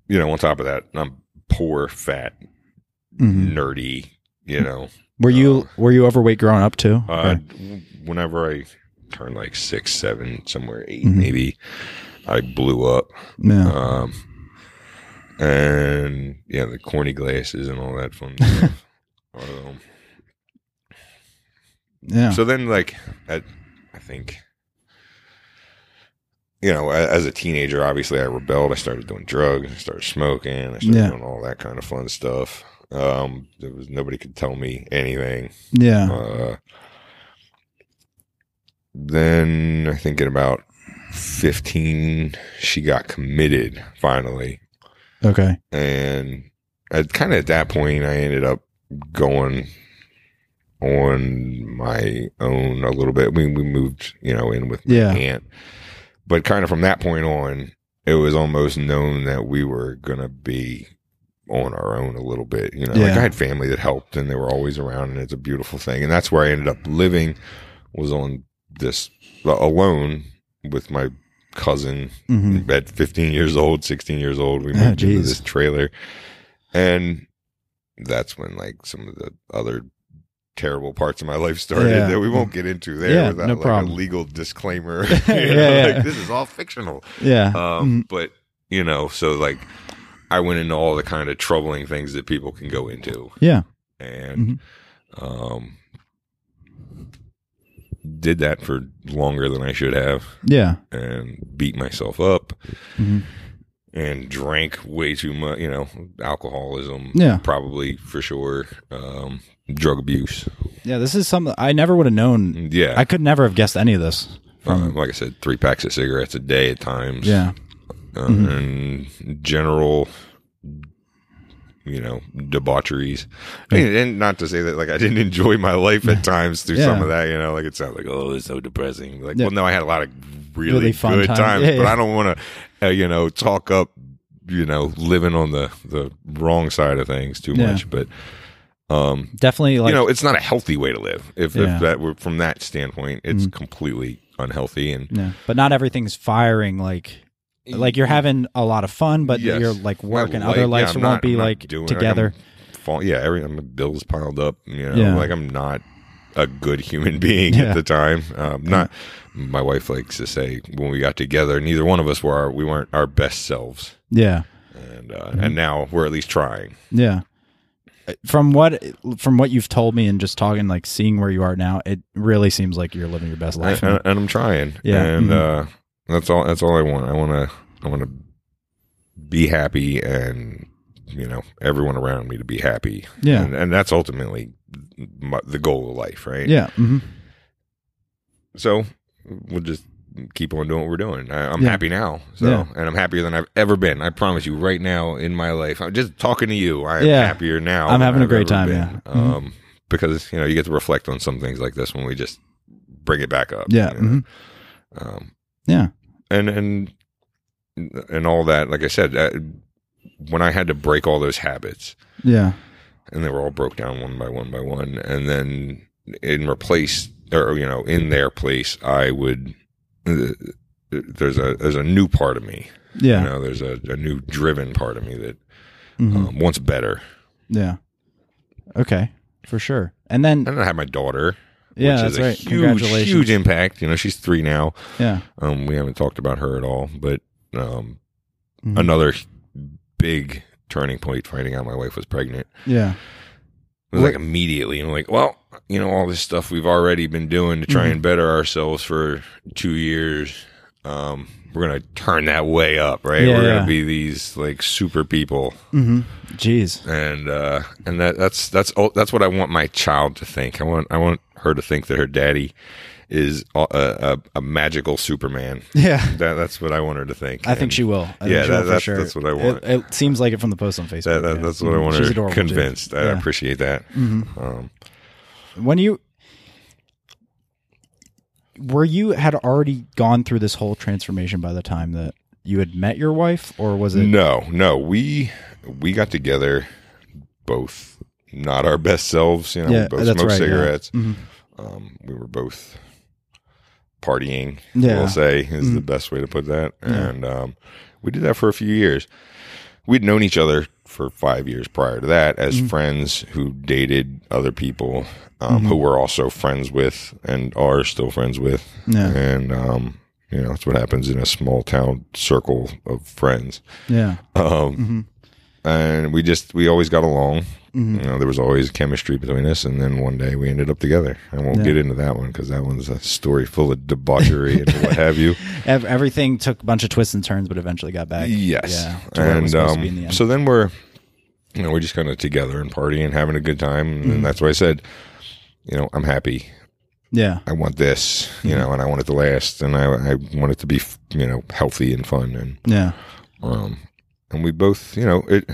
Speaker 2: you know, on top of that, I'm poor, fat,
Speaker 1: Mhm.
Speaker 2: nerdy, you know.
Speaker 1: Were
Speaker 2: Oh.
Speaker 1: you were you overweight growing up too?
Speaker 2: Uh, w- Whenever I turned like six, seven, somewhere 8
Speaker 1: Mhm.
Speaker 2: maybe, I blew up.
Speaker 1: yeah.
Speaker 2: Um, and yeah, the corny glasses and all that fun stuff. um,
Speaker 1: Yeah.
Speaker 2: So then, like, at, I think, you know, a- as a teenager, obviously I rebelled. I started doing drugs. I started smoking. I started
Speaker 1: Yeah.
Speaker 2: doing all that kind of fun stuff. Um, there was nobody could tell me anything.
Speaker 1: yeah.
Speaker 2: Uh, then I think at about 15, she got committed finally.
Speaker 1: Okay.
Speaker 2: And at kind of at that point, I ended up going on my own a little bit. We, we moved, you know, in with my
Speaker 1: Yeah.
Speaker 2: aunt. But kind of from that point on, it was almost known that we were going to be on our own a little bit. You know, like
Speaker 1: Yeah.
Speaker 2: I had family that helped and they were always around and it's a beautiful thing. And that's where I ended up living was on this uh, alone with my cousin
Speaker 1: hmm
Speaker 2: at 15 years old, 16 years old, we
Speaker 1: Ah,
Speaker 2: moved into
Speaker 1: geez.
Speaker 2: this trailer. And that's when like some of the other terrible parts of my life started
Speaker 1: Yeah.
Speaker 2: that we won't get into there
Speaker 1: Yeah,
Speaker 2: without
Speaker 1: no
Speaker 2: like
Speaker 1: problem.
Speaker 2: a legal disclaimer.
Speaker 1: Yeah,
Speaker 2: You know,
Speaker 1: yeah. Mm.
Speaker 2: Like this is all fictional.
Speaker 1: Yeah.
Speaker 2: Um, But you know, so like I went into all the kind of troubling things that people can go into.
Speaker 1: Yeah.
Speaker 2: And
Speaker 1: Mm-hmm.
Speaker 2: um did that for longer than I should have
Speaker 1: yeah.
Speaker 2: and beat myself up
Speaker 1: hmm
Speaker 2: and drank way too much. You know, alcoholism,
Speaker 1: Yeah.
Speaker 2: probably for sure. Um, drug abuse,
Speaker 1: Yeah. This is something I never would have known.
Speaker 2: yeah.
Speaker 1: I could never have guessed any of this
Speaker 2: Uh,
Speaker 1: from.
Speaker 2: like I said, three packs of cigarettes a day at times.
Speaker 1: yeah.
Speaker 2: uh,
Speaker 1: Mm-hmm.
Speaker 2: and general, you know, debaucheries. I mean, and not to say that like I didn't enjoy my life at times through
Speaker 1: Yeah.
Speaker 2: some of that. You know, like it sounds like oh, it's so depressing. Like,
Speaker 1: Yeah.
Speaker 2: well, no, I had a lot of really,
Speaker 1: Really fun
Speaker 2: good
Speaker 1: times.
Speaker 2: times,
Speaker 1: Yeah,
Speaker 2: but
Speaker 1: yeah.
Speaker 2: I don't want to, uh, you know, talk up, you know, living on the the wrong side of things too
Speaker 1: Yeah.
Speaker 2: much. But um,
Speaker 1: Definitely. Like.
Speaker 2: you know, it's not a healthy way to live. If,
Speaker 1: Yeah. Mm-hmm.
Speaker 2: if that were from that standpoint, it's completely unhealthy and
Speaker 1: yeah. But not everything's firing like. Like you're having a lot of fun, but
Speaker 2: Yes.
Speaker 1: you're like
Speaker 2: My
Speaker 1: working
Speaker 2: life-
Speaker 1: other lives
Speaker 2: yeah, I'm
Speaker 1: won't
Speaker 2: not-
Speaker 1: be
Speaker 2: I'm not
Speaker 1: like
Speaker 2: doing- I'm
Speaker 1: together.
Speaker 2: fall, yeah, every I'm, bills piled up. You know,
Speaker 1: Yeah.
Speaker 2: like I'm not a good human being
Speaker 1: Yeah.
Speaker 2: at the time. Um, not my wife likes to say when we got together, neither one of us were our, we weren't our best selves,
Speaker 1: yeah.
Speaker 2: and uh,
Speaker 1: Mm-hmm.
Speaker 2: and now we're at least trying.
Speaker 1: Yeah. Uh, From what from what you've told me and just talking, like seeing where you are now, it really seems like you're living your best life.
Speaker 2: and, and I'm trying.
Speaker 1: Yeah. Mm-hmm.
Speaker 2: and uh, that's all. That's all I want. I want to. I want to be happy, and you know, everyone around me to be happy.
Speaker 1: yeah.
Speaker 2: and, and that's ultimately my, the goal of life, right?
Speaker 1: Yeah. hmm
Speaker 2: So we'll just keep on doing what we're doing. I, I'm
Speaker 1: Yeah.
Speaker 2: happy now, so
Speaker 1: Yeah.
Speaker 2: and I'm happier than I've ever been. I promise you, right now in my life, I'm just talking to you. I am
Speaker 1: Yeah.
Speaker 2: happier now.
Speaker 1: I'm
Speaker 2: than
Speaker 1: having a
Speaker 2: I've
Speaker 1: great
Speaker 2: ever
Speaker 1: time,
Speaker 2: been.
Speaker 1: yeah. Mhm.
Speaker 2: Um, because you know you get to reflect on some things like this when we just bring it back up.
Speaker 1: Yeah.
Speaker 2: you know?
Speaker 1: hmm
Speaker 2: Um,
Speaker 1: Yeah.
Speaker 2: and and and all that. Like I said, uh, when I had to break all those habits,
Speaker 1: Yeah.
Speaker 2: and they were all broke down one by one by one and then in replace or you know in their place i would uh, there's a there's a new part of me
Speaker 1: Yeah.
Speaker 2: you know there's a, a new driven part of me that
Speaker 1: Mhm.
Speaker 2: um, wants better
Speaker 1: Yeah. Okay. For sure. And then
Speaker 2: and i have my daughter
Speaker 1: yeah,
Speaker 2: which
Speaker 1: that's
Speaker 2: is a
Speaker 1: right.
Speaker 2: huge
Speaker 1: Congratulations.
Speaker 2: huge impact you know she's three now
Speaker 1: Yeah.
Speaker 2: um we haven't talked about her at all but um
Speaker 1: Mhm.
Speaker 2: another big turning point finding out my wife was pregnant
Speaker 1: Yeah.
Speaker 2: It was like immediately, and like, well, you know, all this stuff we've already been doing to
Speaker 1: Mm-hmm.
Speaker 2: try and better ourselves for two years. Um, we're gonna turn that way up, right?
Speaker 1: Yeah,
Speaker 2: we're
Speaker 1: yeah.
Speaker 2: gonna be these like super people,
Speaker 1: hmm Jeez.
Speaker 2: and uh, and that that's that's all that's what I want my child to think. I want I want her to think that her daddy is a, a, a magical Superman.
Speaker 1: Yeah.
Speaker 2: That that's what I want her to think.
Speaker 1: I think
Speaker 2: And
Speaker 1: she will. I think
Speaker 2: Yeah,
Speaker 1: she
Speaker 2: that-
Speaker 1: will for
Speaker 2: that's-
Speaker 1: sure.
Speaker 2: that's what I want.
Speaker 1: It, it seems like it from the post on Facebook.
Speaker 2: That, that,
Speaker 1: yeah.
Speaker 2: That's what I want
Speaker 1: Mm-hmm. She's
Speaker 2: her
Speaker 1: adorable, too.
Speaker 2: convinced. I
Speaker 1: Yeah.
Speaker 2: appreciate that. Um,
Speaker 1: when you were you had already gone through this whole transformation by the time that you had met your wife or was it
Speaker 2: No, no. We we got together both not our best selves, you know,
Speaker 1: Yeah,
Speaker 2: we both
Speaker 1: that's
Speaker 2: smoked
Speaker 1: right, yeah.
Speaker 2: cigarettes.
Speaker 1: Mhm.
Speaker 2: Um, we were both partying,
Speaker 1: Yeah. Mm.
Speaker 2: we'll say is the best way to put that. And um, we did that for a few years. We'd known each other for five years prior to that as
Speaker 1: Mm.
Speaker 2: friends who dated other people um,
Speaker 1: Mm-hmm.
Speaker 2: who we're also friends with and are still friends with.
Speaker 1: Yeah.
Speaker 2: And, um, you know, that's what happens in a small town circle of friends
Speaker 1: yeah
Speaker 2: um, and we just we always got along.
Speaker 1: Mm-hmm.
Speaker 2: You know, there was always chemistry between us, and then one day we ended up together. I won't
Speaker 1: Yeah.
Speaker 2: get into that one because that one's a story full of debauchery and what have you.
Speaker 1: Ev- everything took a bunch of twists and turns, but eventually got back.
Speaker 2: Yes,
Speaker 1: Yeah. to where it was
Speaker 2: and
Speaker 1: supposed to be in the
Speaker 2: um,
Speaker 1: end.
Speaker 2: so then we're you know we're just kind of together and partying and having a good time,
Speaker 1: Mm-hmm.
Speaker 2: and that's why I said, you know, I'm happy.
Speaker 1: yeah.
Speaker 2: I want this,
Speaker 1: Mm-hmm.
Speaker 2: you know, and I want it to last, and I, I want it to be, you know, healthy and fun, and
Speaker 1: Yeah.
Speaker 2: um, and we both, you know, it.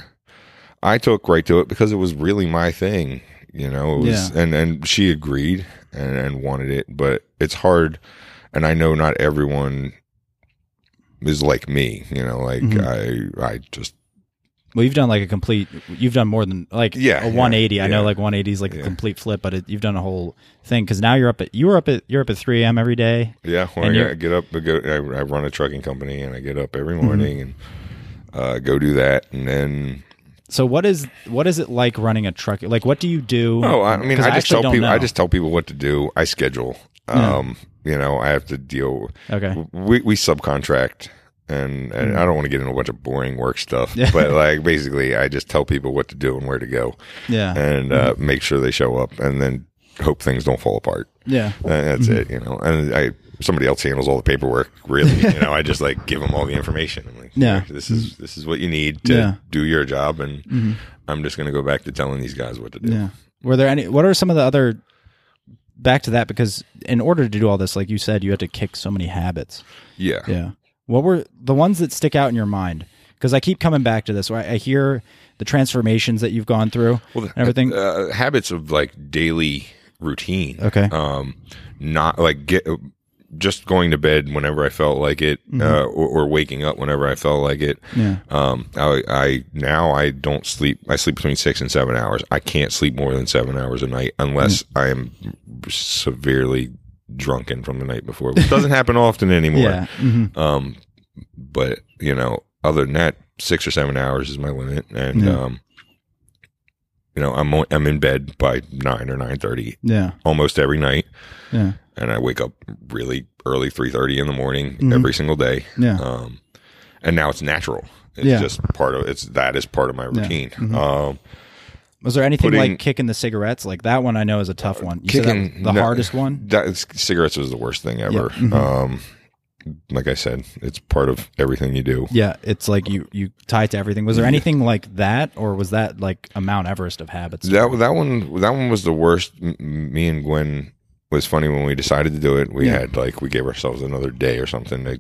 Speaker 2: I took right to it because it was really my thing, you know. It was, and and she agreed and, and wanted it, but it's hard, and I know not everyone is like me, you know. Like
Speaker 1: Mm-hmm.
Speaker 2: I, I just
Speaker 1: Well, you've done like a complete. You've done more than like
Speaker 2: Yeah,
Speaker 1: a 180.
Speaker 2: yeah,
Speaker 1: I know
Speaker 2: yeah.
Speaker 1: like 180 is like a
Speaker 2: Yeah.
Speaker 1: complete flip, but it, you've done a whole thing because now you're up at you were up at you're up at 3 a.m. every day.
Speaker 2: Yeah, when
Speaker 1: And
Speaker 2: I,
Speaker 1: you're- Mm-hmm.
Speaker 2: I get up, I, go, I, I run a trucking company, and I get up every morning and uh, go do that, and then
Speaker 1: So what is what is it like running a truck? Like what do you do?
Speaker 2: oh, I mean,
Speaker 1: Mm, 'Cause
Speaker 2: I just
Speaker 1: actually
Speaker 2: tell
Speaker 1: don't
Speaker 2: people, I
Speaker 1: know.
Speaker 2: just tell people what to do. I schedule.
Speaker 1: Yeah.
Speaker 2: Um, you know, I have to deal.
Speaker 1: okay.
Speaker 2: We we subcontract, and, and
Speaker 1: Mm.
Speaker 2: I don't want to get into a bunch of boring work stuff, but like basically, I just tell people what to do and where to go,
Speaker 1: Yeah.
Speaker 2: and uh,
Speaker 1: Mm-hmm.
Speaker 2: make sure they show up, and then hope things don't fall apart.
Speaker 1: Yeah.
Speaker 2: Uh, That's
Speaker 1: Mm-hmm.
Speaker 2: it, you know. And I somebody else handles all the paperwork. Really, you know, I just like give them all the information. I'm like,
Speaker 1: Yeah. Mm.
Speaker 2: "Here, this is this is what you need to
Speaker 1: Yeah.
Speaker 2: do your job, and I'm just going to go back to telling these guys what to do.
Speaker 1: Mm-hmm. Yeah. Were there any? What are some of the other? Back to that because in order to do all this, like you said, you had to kick so many habits.
Speaker 2: Yeah,
Speaker 1: Yeah. What were the ones that stick out in your mind? Because I keep coming back to this. where I, I hear the transformations that you've gone through and everything.
Speaker 2: Uh, habits of like daily routine.
Speaker 1: Okay.
Speaker 2: um, not like get just going to bed whenever I felt like it,
Speaker 1: Mm-hmm.
Speaker 2: uh, or, or waking up whenever I felt like it.
Speaker 1: Yeah.
Speaker 2: Um, I, I now I don't sleep. I sleep between six and seven hours. I can't sleep more than seven hours a night
Speaker 1: Mm.
Speaker 2: unless I am severely drunken from the night before, which doesn't happen often anymore.
Speaker 1: Yeah. Mhm.
Speaker 2: Um, but you know, other than that, six or seven hours is my limit, and
Speaker 1: Yeah.
Speaker 2: um, you know, I'm o- I'm in bed by nine or nine thirty
Speaker 1: Yeah.
Speaker 2: almost every night,
Speaker 1: Yeah.
Speaker 2: and I wake up really early three thirty in the morning
Speaker 1: Mhm.
Speaker 2: every single day.
Speaker 1: Yeah.
Speaker 2: Um, and now it's natural. It's
Speaker 1: Yeah.
Speaker 2: just part of it's that is part of my routine.
Speaker 1: Mhm.
Speaker 2: Um,
Speaker 1: Was there anything
Speaker 2: putting- Uh,
Speaker 1: like kicking the cigarettes? Like that one I know is a tough one. You said
Speaker 2: kicking-
Speaker 1: that, the
Speaker 2: no.
Speaker 1: hardest one?
Speaker 2: that is- cigarettes was the worst thing ever.
Speaker 1: Mhm.
Speaker 2: Um, like I said, it's part of everything you do.
Speaker 1: Yeah, it's like you you tie it to everything. Was there anything like that or was that like a Mount Everest of habits?
Speaker 2: That that one that one was the worst. M- Me and Gwen was funny when we decided to do it. We
Speaker 1: Yeah.
Speaker 2: had like we gave ourselves another day or something. To,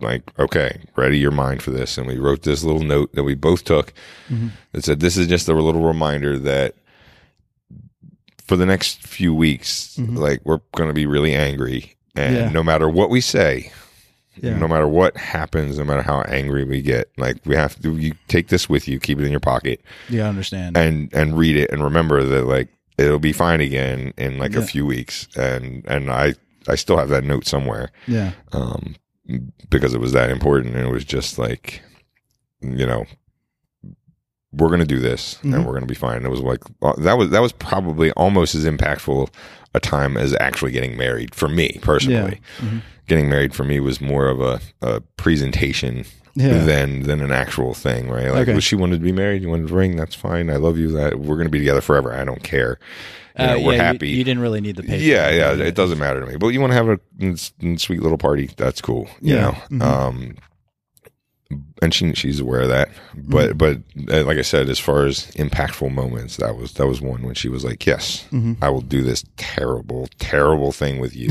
Speaker 2: like okay, ready your mind for this, and we wrote this little note that we both took
Speaker 1: Mhm.
Speaker 2: that said, "This is just a little reminder that for the next few weeks,
Speaker 1: Mhm.
Speaker 2: like we're going to be really angry, and
Speaker 1: Yeah.
Speaker 2: no matter what we say."
Speaker 1: Yeah.
Speaker 2: No matter what happens, no matter how angry we get, like we have to, you take this with you, keep it in your pocket,
Speaker 1: Yeah, I understand.
Speaker 2: and and read it and remember that like it'll be fine again in like
Speaker 1: Yeah.
Speaker 2: a few weeks and and i i still have that note somewhere
Speaker 1: yeah.
Speaker 2: um because it was that important and it was just like you know we're gonna do this
Speaker 1: Mhm.
Speaker 2: and we're gonna be fine it was like uh, that was that was probably almost as impactful a time as actually getting married for me personally
Speaker 1: Mhm.
Speaker 2: getting married for me was more of a, a presentation
Speaker 1: Yeah.
Speaker 2: than than an actual thing, right? Like,
Speaker 1: Okay.
Speaker 2: well, she wanted to be married, you wanted a ring, that's fine. I love you. That we're gonna be together forever. I don't care. You know,
Speaker 1: Uh,
Speaker 2: we're
Speaker 1: yeah,
Speaker 2: happy.
Speaker 1: You, you didn't really need the paper.
Speaker 2: yeah, yeah, it doesn't matter to me. But you want to have a mm, mm, sweet little party? That's cool. You
Speaker 1: Yeah.
Speaker 2: know,
Speaker 1: Mhm.
Speaker 2: um, and she she's aware of that.
Speaker 1: Mm-hmm.
Speaker 2: But but uh, like I said, as far as impactful moments, that was that was one when she was like, "Yes,
Speaker 1: Mhm.
Speaker 2: I will do this terrible, terrible thing with you,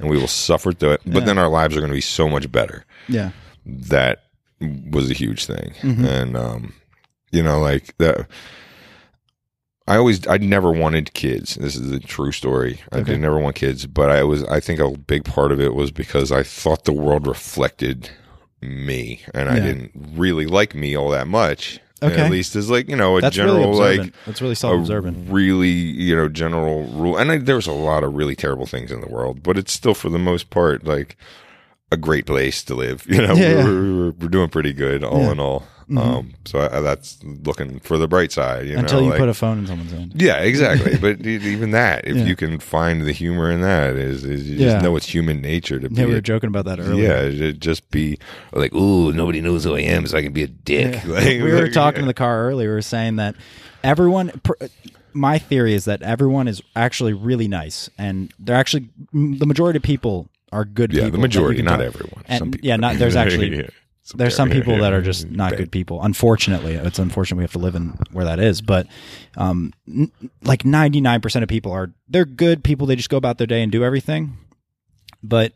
Speaker 2: and we will suffer through it. But
Speaker 1: Yeah.
Speaker 2: then our lives are going to be so much better."
Speaker 1: Yeah.
Speaker 2: that was a huge thing
Speaker 1: Mhm.
Speaker 2: and um you know like that i always i never wanted kids this is a true story i
Speaker 1: Okay.
Speaker 2: did never want kids but i was i think a big part of it was because i thought the world reflected me and i
Speaker 1: Yeah.
Speaker 2: didn't really like me all that much And
Speaker 1: Okay.
Speaker 2: at least as like you know a
Speaker 1: That's really
Speaker 2: general
Speaker 1: observant.
Speaker 2: like
Speaker 1: That's really
Speaker 2: a
Speaker 1: self-observant.
Speaker 2: really you know general rule and I, there's a lot of really terrible things in the world but it's still for the most part like a great place to live you know
Speaker 1: Yeah, yeah.
Speaker 2: we're, we're, we're doing pretty good all
Speaker 1: Yeah. Mm-hmm.
Speaker 2: in all Um, so I, I- that's looking for the bright side. You
Speaker 1: until
Speaker 2: know,
Speaker 1: you
Speaker 2: like-
Speaker 1: put a phone in someone's hand.
Speaker 2: yeah, exactly. But e- even that, if
Speaker 1: Yeah.
Speaker 2: you can find the humor in that, is, is you
Speaker 1: Yeah.
Speaker 2: just know it's human nature to
Speaker 1: Yeah, we
Speaker 2: be.
Speaker 1: were
Speaker 2: a-
Speaker 1: joking about that earlier.
Speaker 2: yeah, ju- just be like, ooh, nobody knows who I am, so I can be a dick. Like,
Speaker 1: we were talking in the car earlier. We were saying that everyone. Pr- my theory is that everyone is actually really nice, and they're actually m- the majority of people are good.
Speaker 2: yeah,
Speaker 1: people
Speaker 2: the
Speaker 1: that you
Speaker 2: majority,
Speaker 1: can
Speaker 2: not
Speaker 1: talk-
Speaker 2: everyone.
Speaker 1: And
Speaker 2: some people.
Speaker 1: yeah, not there's actually
Speaker 2: Yeah.
Speaker 1: there's some people that are just not
Speaker 2: Bad.
Speaker 1: good people. Unfortunately, it's unfortunate we have to live in where that is. But um, n- like ninety nine percent of people are they're good people. They just go about their day and do everything. But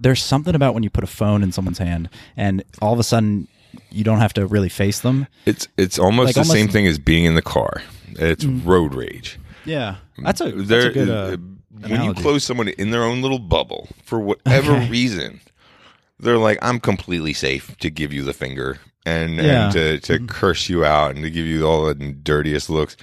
Speaker 1: there's something about when you put a phone in someone's hand, and all of a sudden you don't have to really face them.
Speaker 2: It's it's almost
Speaker 1: Like
Speaker 2: the
Speaker 1: almost-
Speaker 2: same thing as being in the car. It's road rage.
Speaker 1: Yeah, that's a that's
Speaker 2: Mm. There-
Speaker 1: a good.
Speaker 2: uh,
Speaker 1: Uh,
Speaker 2: when you
Speaker 1: analogy.
Speaker 2: close someone in their own little bubble for whatever reason, they're like, "I'm completely safe to give you the finger and,
Speaker 1: Yeah. Mm-hmm.
Speaker 2: and to, to curse you out and to give you all the dirtiest looks."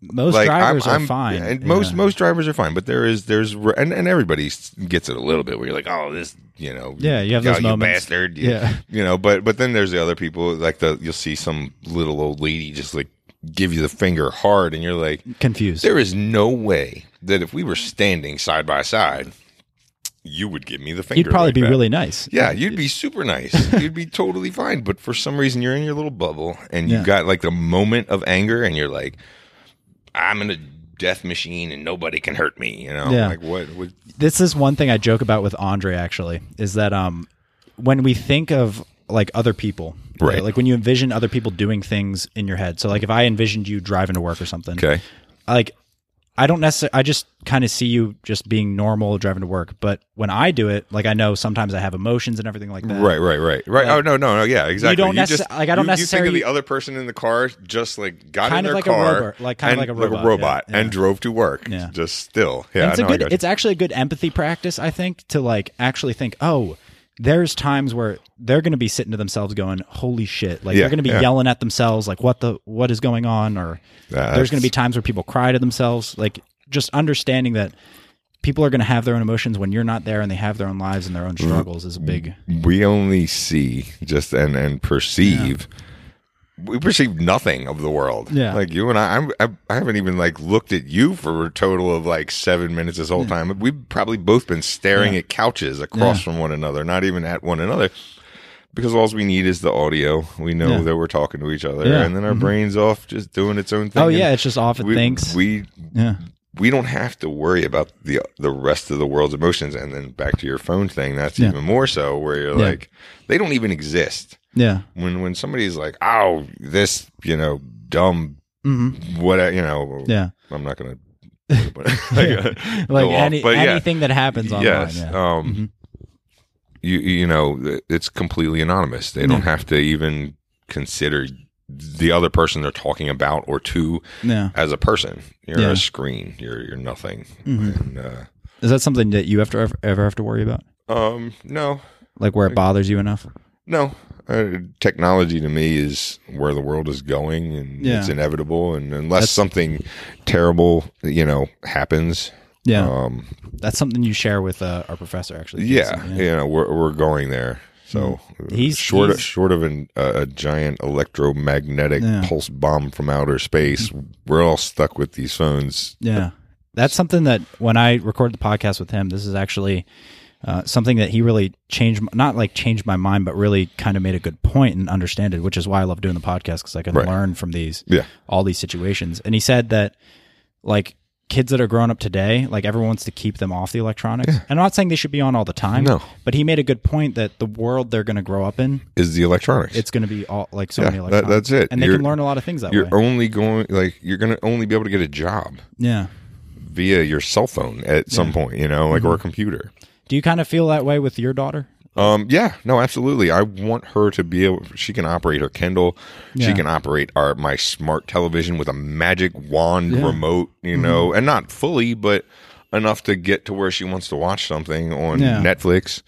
Speaker 1: most
Speaker 2: like
Speaker 1: drivers
Speaker 2: I'm,
Speaker 1: are
Speaker 2: I'm-
Speaker 1: fine,
Speaker 2: and most
Speaker 1: Yeah.
Speaker 2: most drivers are fine. But there is there's and and everybody s- gets it a little bit where you're like, "Oh, this." You know,
Speaker 1: Yeah, you have
Speaker 2: "Oh,
Speaker 1: those moments."
Speaker 2: bastard. You-
Speaker 1: Yeah.
Speaker 2: you know. But but then there's the other people like the you'll see some little old lady just like give you the finger hard, and you're like,
Speaker 1: confused.
Speaker 2: there is no way that if we were standing side by side, you would give me the finger.
Speaker 1: You'd probably
Speaker 2: like
Speaker 1: be
Speaker 2: that.
Speaker 1: really nice.
Speaker 2: Yeah, you'd be super nice. you'd be totally fine. But for some reason, you're in your little bubble and
Speaker 1: Yeah.
Speaker 2: you've got like the moment of anger and you're like, I'm in a death machine and nobody can hurt me. You know,
Speaker 1: Yeah.
Speaker 2: like what? what
Speaker 1: this is one thing I joke about with Andre actually is that um when we think of like other people
Speaker 2: Right.
Speaker 1: like when you envision other people doing things in your head so like if I envisioned you driving to work or something
Speaker 2: okay.
Speaker 1: like I don't necessarily I just kind of see you just being normal driving to work but when I do it like I know sometimes I have emotions and everything like that
Speaker 2: Right, right, right, right. oh no, no, no. Yeah, exactly.
Speaker 1: don't necessa- like, I don't
Speaker 2: you, You
Speaker 1: necessarily-
Speaker 2: think of the other person in the car, just like got
Speaker 1: Kind
Speaker 2: in
Speaker 1: of
Speaker 2: their
Speaker 1: like a
Speaker 2: car,
Speaker 1: robot- like, kind of
Speaker 2: and,
Speaker 1: like a robot,
Speaker 2: like a robot,
Speaker 1: yeah, yeah.
Speaker 2: and drove to work.
Speaker 1: Yeah.
Speaker 2: just still.
Speaker 1: And
Speaker 2: Yeah,
Speaker 1: it's
Speaker 2: I
Speaker 1: a
Speaker 2: know, I
Speaker 1: good
Speaker 2: got you.
Speaker 1: it's actually a good empathy practice I think to like actually think oh there's times where they're going to be sitting to themselves going holy shit like
Speaker 2: Yeah,
Speaker 1: they're going to be
Speaker 2: yeah.
Speaker 1: yelling at themselves like what the what is going on or there's
Speaker 2: That's-
Speaker 1: going to be times where people cry to themselves like just understanding that people are going to have their own emotions when you're not there and they have their own lives and their own struggles is a
Speaker 2: Mm,
Speaker 1: big
Speaker 2: we only see just and and perceive we perceive nothing of the world
Speaker 1: Yeah.
Speaker 2: like you and i I'm, I, I haven't even like looked at you for a total of like seven minutes this whole time we've probably both been staring at couches across from one another not even at one another because all we need is the audio we know
Speaker 1: Yeah.
Speaker 2: that we're talking to each other
Speaker 1: Yeah. Mm-hmm.
Speaker 2: and then our brain's off just doing its own thing
Speaker 1: oh
Speaker 2: and
Speaker 1: yeah it's just off it
Speaker 2: we,
Speaker 1: thinks
Speaker 2: we
Speaker 1: yeah
Speaker 2: we don't have to worry about the the rest of the world's emotions and then back to your phone thing that's
Speaker 1: Yeah.
Speaker 2: even more so where you're
Speaker 1: Yeah.
Speaker 2: like they don't even exist
Speaker 1: yeah
Speaker 2: when when somebody's like oh this you know dumb
Speaker 1: hmm
Speaker 2: what I- you know
Speaker 1: yeah
Speaker 2: i'm not gonna like, uh, go
Speaker 1: like
Speaker 2: off,
Speaker 1: any,
Speaker 2: but yeah.
Speaker 1: anything that happens online
Speaker 2: yes
Speaker 1: yeah. Mm-hmm.
Speaker 2: um you you know it's completely anonymous they don't have to even consider the other person they're talking about or to
Speaker 1: yeah
Speaker 2: as a person you're
Speaker 1: Yeah. Mm-hmm.
Speaker 2: a screen you're you're nothing and uh
Speaker 1: is that something that you have to ever, ever have to worry about
Speaker 2: Um, no,
Speaker 1: like where it bothers you enough.
Speaker 2: no. Uh, technology to me is where the world is going, and
Speaker 1: Yeah.
Speaker 2: it's inevitable. And unless something terrible, you know, happens,
Speaker 1: Yeah,
Speaker 2: um,
Speaker 1: Oh. that's something you share with uh, our professor actually.
Speaker 2: yeah,
Speaker 1: Jason,
Speaker 2: you know, we're we're going there. So uh,
Speaker 1: He's-
Speaker 2: short
Speaker 1: he's-
Speaker 2: short of an, uh, a giant electromagnetic
Speaker 1: Yeah. Mm-hmm.
Speaker 2: pulse bomb from outer space. We're all stuck with these phones.
Speaker 1: Yeah. That's something that when I recorded the podcast with him, this is actually uh, something that he really changed, not like changed my mind, but really kind of made a good point and understand it, which is why I love doing the podcast because I can
Speaker 2: Right.
Speaker 1: learn from these,
Speaker 2: Yeah.
Speaker 1: all these situations. And he said that like kids that are grown up today, like everyone wants to keep them off the electronics. And I'm not saying they should be on all the time,
Speaker 2: No.
Speaker 1: but he made a good point that the world they're going to grow up in,
Speaker 2: Is the electronics?
Speaker 1: it's going to be all like so
Speaker 2: Yeah,
Speaker 1: many
Speaker 2: that-
Speaker 1: electronics.
Speaker 2: that's it.
Speaker 1: And they
Speaker 2: You're-
Speaker 1: can learn a lot of things that way.
Speaker 2: you're only going like you're going to only be able to get a job
Speaker 1: Yeah.
Speaker 2: via your cell phone at some point, you know, like or
Speaker 1: Mm-hmm.
Speaker 2: a computer.
Speaker 1: Do you kind of feel that way with your daughter?
Speaker 2: Um, yeah, no, absolutely. I want her to be able. She can operate her Kindle.
Speaker 1: Yeah.
Speaker 2: She can operate our my smart television with a magic wand remote. You
Speaker 1: Mm-hmm.
Speaker 2: know, and not fully, but enough to get to where she wants to watch something on
Speaker 1: Yeah. Mm-hmm.
Speaker 2: Netflix.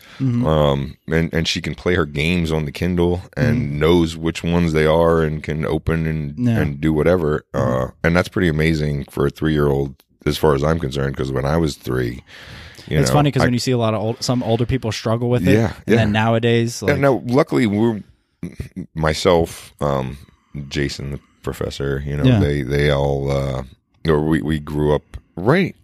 Speaker 2: Um, and and she can play her games on the Kindle and knows which ones they are and can open and
Speaker 1: Mm-hmm. Yeah. Mm-hmm.
Speaker 2: and do whatever. Uh, and that's pretty amazing for a three year old. As far as I'm concerned, because when I was three, you
Speaker 1: It's funny 'cause
Speaker 2: know,
Speaker 1: funny because
Speaker 2: I
Speaker 1: when you see a lot of old, some older people struggle with it,
Speaker 2: Yeah,
Speaker 1: and then
Speaker 2: yeah.
Speaker 1: nowadays, like,
Speaker 2: yeah, now luckily we're myself, um, Jason, the professor, you know,
Speaker 1: Yeah.
Speaker 2: they they all uh, or we we grew up right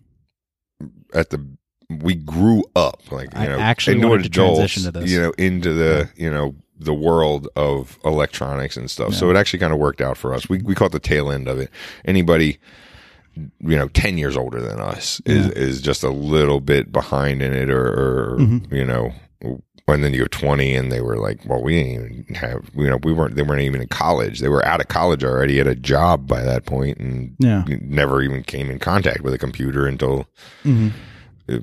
Speaker 2: at the we grew up like you
Speaker 1: I
Speaker 2: know
Speaker 1: actually
Speaker 2: into
Speaker 1: wanted to transition to this.
Speaker 2: you know into the you know the world of electronics and stuff. So it actually kind of worked out for us. We we caught the tail end of it. Anybody you know 10 years older than us is is just a little bit behind in it or, or
Speaker 1: Mm-hmm.
Speaker 2: you know and then you go 20 and they were like well we didn't even have you know we weren't they weren't even in college they were out of college already at a job by that point and
Speaker 1: Yeah.
Speaker 2: never even came in contact with a computer until
Speaker 1: Mm-hmm.
Speaker 2: uh,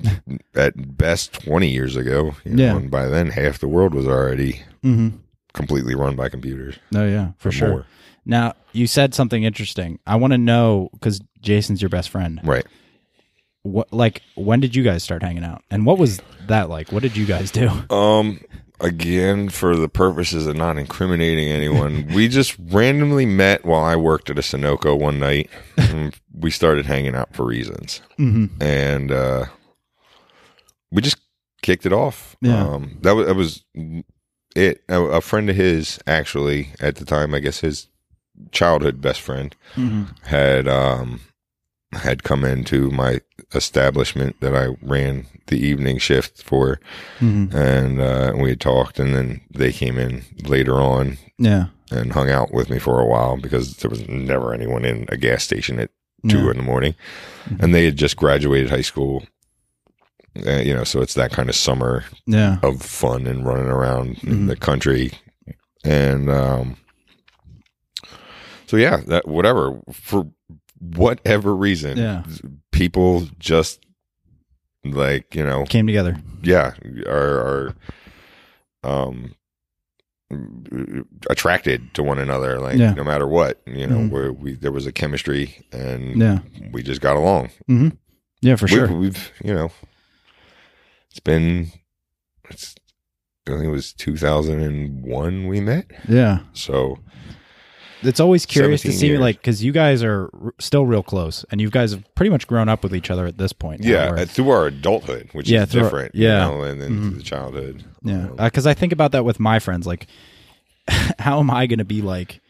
Speaker 2: at best 20 years ago you know,
Speaker 1: Yeah.
Speaker 2: and by then half the world was already
Speaker 1: Mhm.
Speaker 2: completely run by computers
Speaker 1: Oh yeah, for sure.
Speaker 2: more.
Speaker 1: Now you said something interesting. I want to know because Jason's your best friend.
Speaker 2: right
Speaker 1: What like when did you guys start hanging out, and what was that like? What did you guys do?
Speaker 2: Um, again, for the purposes of not incriminating anyone, we just randomly met while I worked at a Sunoco one night. And we started hanging out for reasons,
Speaker 1: Mm-hmm.
Speaker 2: and uh, we just kicked it off.
Speaker 1: Yeah.
Speaker 2: Um, that was that was it. A, a friend of his, actually, at the time, I guess his childhood best friend
Speaker 1: Mm-hmm.
Speaker 2: had um had come into my establishment that I ran the evening shift for
Speaker 1: Mm-hmm.
Speaker 2: and uh, we had talked, and then they came in later on
Speaker 1: Yeah.
Speaker 2: and hung out with me for a while because there was never anyone in a gas station at two in the morning, and they had just graduated high school. Uh, you know, so it's that kind of summer
Speaker 1: Yeah.
Speaker 2: of fun and running around
Speaker 1: Mhm.
Speaker 2: the country, and um, so yeah, that whatever for whatever reason,
Speaker 1: Yeah.
Speaker 2: people just like you know
Speaker 1: Came together.
Speaker 2: yeah are are um attracted to one another like
Speaker 1: Yeah.
Speaker 2: no matter what you know
Speaker 1: Mhm.
Speaker 2: where we there was a chemistry and
Speaker 1: Yeah.
Speaker 2: we just got along
Speaker 1: Yeah, for
Speaker 2: we've,
Speaker 1: sure.
Speaker 2: we've you know it's been it's i think it was 2001 we met
Speaker 1: Yeah.
Speaker 2: so
Speaker 1: It's always curious to
Speaker 2: 17
Speaker 1: see
Speaker 2: years.
Speaker 1: like because you guys are r- still real close, and you guys have pretty much grown up with each other at this point. now,
Speaker 2: yeah
Speaker 1: where-
Speaker 2: uh, through our adulthood which
Speaker 1: Yeah,
Speaker 2: is
Speaker 1: through our-
Speaker 2: different
Speaker 1: yeah.
Speaker 2: you know, and then
Speaker 1: Mhm.
Speaker 2: through the childhood
Speaker 1: Yeah,
Speaker 2: Um,
Speaker 1: because I think about that with my friends. Like, how am I going to be like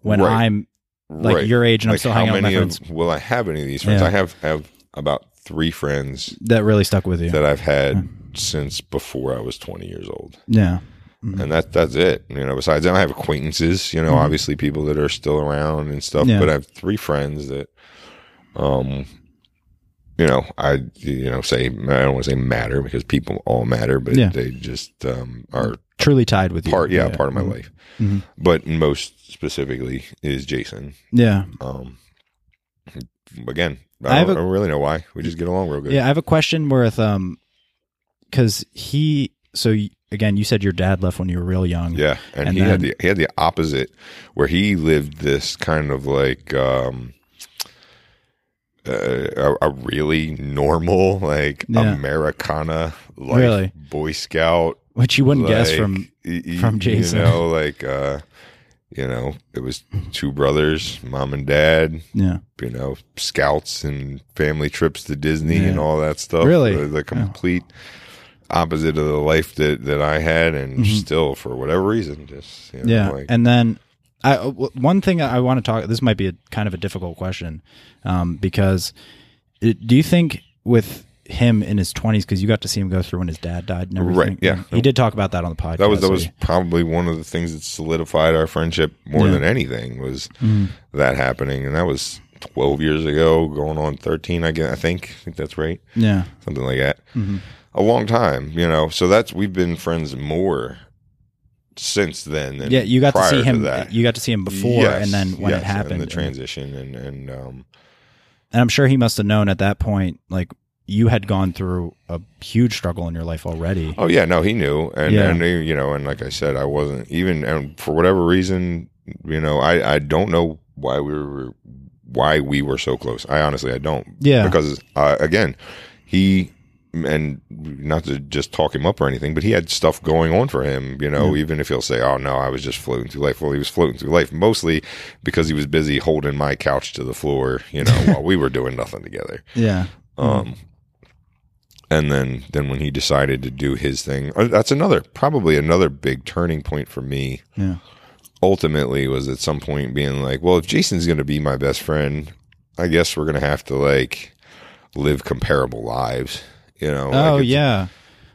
Speaker 1: when
Speaker 2: Right.
Speaker 1: I'm like
Speaker 2: right
Speaker 1: your age and I'm
Speaker 2: like
Speaker 1: still
Speaker 2: how
Speaker 1: hanging out with my
Speaker 2: many
Speaker 1: friends?
Speaker 2: of will i have any of these friends
Speaker 1: Yeah.
Speaker 2: i have have about three friends
Speaker 1: that really stuck with you.
Speaker 2: that I've had since before I was 20 years old.
Speaker 1: yeah,
Speaker 2: Mm-hmm. And that that's it. You know, besides that I have acquaintances, you know, obviously people that are still around and stuff,
Speaker 1: Mm-hmm. Yeah.
Speaker 2: but I have three friends that um you know, I you know say I don't want to say matter because people all matter, but
Speaker 1: Yeah. Mm-hmm.
Speaker 2: they just um are
Speaker 1: truly tied with you.
Speaker 2: part yeah, part of my life.
Speaker 1: Mhm.
Speaker 2: But most specifically is Jason.
Speaker 1: Yeah,
Speaker 2: Um again,
Speaker 1: I
Speaker 2: I,
Speaker 1: have
Speaker 2: don't,
Speaker 1: a-
Speaker 2: I don't really know why. We just get along real good.
Speaker 1: yeah. I have a question with um, because he. So y- again, you said your dad left when you were real young.
Speaker 2: Yeah, and,
Speaker 1: And
Speaker 2: he had
Speaker 1: then-
Speaker 2: the he had the opposite where he lived this kind of like um uh, a, a really normal like
Speaker 1: Yeah.
Speaker 2: Americana like
Speaker 1: Really?
Speaker 2: Boy Scout.
Speaker 1: which you wouldn't guess
Speaker 2: like,
Speaker 1: from.
Speaker 2: y- y-
Speaker 1: from Jason.
Speaker 2: You know, like uh, you know, it was two brothers, mom and dad.
Speaker 1: Yeah,
Speaker 2: You know, scouts and family trips to Disney and
Speaker 1: Yeah.
Speaker 2: all that stuff.
Speaker 1: Really? Oh.
Speaker 2: the, the complete. Opposite of the life that, that I had, and still for whatever reason, just you know,
Speaker 1: Mm-hmm. yeah,
Speaker 2: like,
Speaker 1: and then. I, uh, w- one thing I want to talk. This might be a kind of a difficult question, um, because it, do you think with him in his twenties, because you got to see him go through when his dad died and everything.
Speaker 2: Right, yeah.
Speaker 1: he did talk about that on the podcast.
Speaker 2: that was that
Speaker 1: so
Speaker 2: was
Speaker 1: he-
Speaker 2: probably one of the things that solidified our friendship more
Speaker 1: Yeah.
Speaker 2: than anything was
Speaker 1: mm-hmm,
Speaker 2: that happening, and that was twelve years ago, going on thirteen. I guess I think I think that's right,
Speaker 1: yeah, mm-hmm.
Speaker 2: something like that. A long time, you know. So that's we've been friends more since then. Than
Speaker 1: yeah. You got to
Speaker 2: prior
Speaker 1: see him.
Speaker 2: that.
Speaker 1: You got to see him before,
Speaker 2: Yes,
Speaker 1: and then when
Speaker 2: yes,
Speaker 1: it happened,
Speaker 2: and the
Speaker 1: and-
Speaker 2: transition, and and um,
Speaker 1: and I'm sure he must have known at that point, like you had gone through a huge struggle in your life already.
Speaker 2: Oh yeah, no, he knew, and
Speaker 1: Yeah.
Speaker 2: and he, you know, and like I said, I wasn't even, and for whatever reason, you know, I I don't know why we were why we were so close. I honestly I don't.
Speaker 1: Yeah.
Speaker 2: because uh, again, he and not to just talk him up or anything, but he had stuff going on for him. You know, even if he'll say, "Oh no, I was just floating through life." Well, he was floating through life mostly because he was busy holding my
Speaker 1: Mm-hmm.
Speaker 2: couch to the floor. You know, while we were doing nothing together.
Speaker 1: Yeah,
Speaker 2: Um, and then then when he decided to do his thing uh, that's another probably another big turning point for me
Speaker 1: Yeah.
Speaker 2: ultimately was at some point being like well if jason's going to be my best friend i guess we're going to have to like live comparable lives you know
Speaker 1: Oh
Speaker 2: Like, it's-
Speaker 1: yeah.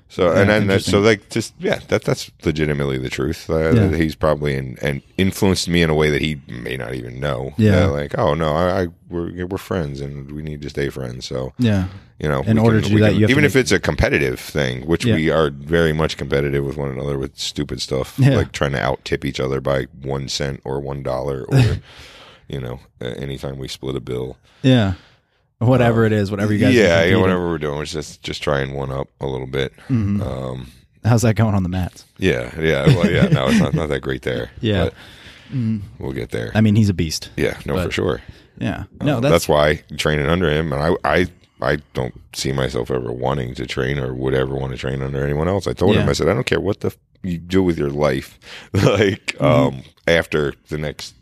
Speaker 2: so and then that,
Speaker 1: interesting.
Speaker 2: so like just yeah that that's legitimately the truth uh,
Speaker 1: Yeah.
Speaker 2: that he's probably in, and influenced me in a way that he may not even know
Speaker 1: Yeah.
Speaker 2: Uh, like oh no I, I we're, we're friends and we need to stay friends so
Speaker 1: Yeah.
Speaker 2: you know
Speaker 1: In
Speaker 2: we
Speaker 1: order to do
Speaker 2: we
Speaker 1: that, you have to
Speaker 2: even
Speaker 1: make-
Speaker 2: if it's a competitive thing which
Speaker 1: Yeah.
Speaker 2: we are very much competitive with one another with stupid stuff
Speaker 1: Yeah.
Speaker 2: like trying to out tip each other by one cent or one dollar or you know uh, anytime we split a bill
Speaker 1: Yeah. Whatever it is, whatever you guys. are
Speaker 2: Uh, yeah, yeah
Speaker 1: competing.
Speaker 2: whatever we're doing it's just just trying one up a little bit
Speaker 1: Mhm.
Speaker 2: um
Speaker 1: How's that going on the mats?
Speaker 2: yeah yeah well yeah no it's not, not that great there
Speaker 1: Yeah. Mm.
Speaker 2: but we'll get there
Speaker 1: I mean, he's a beast.
Speaker 2: yeah no
Speaker 1: but-
Speaker 2: for sure
Speaker 1: Yeah. No,
Speaker 2: Uh,
Speaker 1: that's,
Speaker 2: that's why training under him and I I I don't see myself ever wanting to train or would ever want to train under anyone else. I told him
Speaker 1: Yeah.
Speaker 2: I said I don't care what the f- you do with your life like
Speaker 1: Mm-hmm.
Speaker 2: um after the next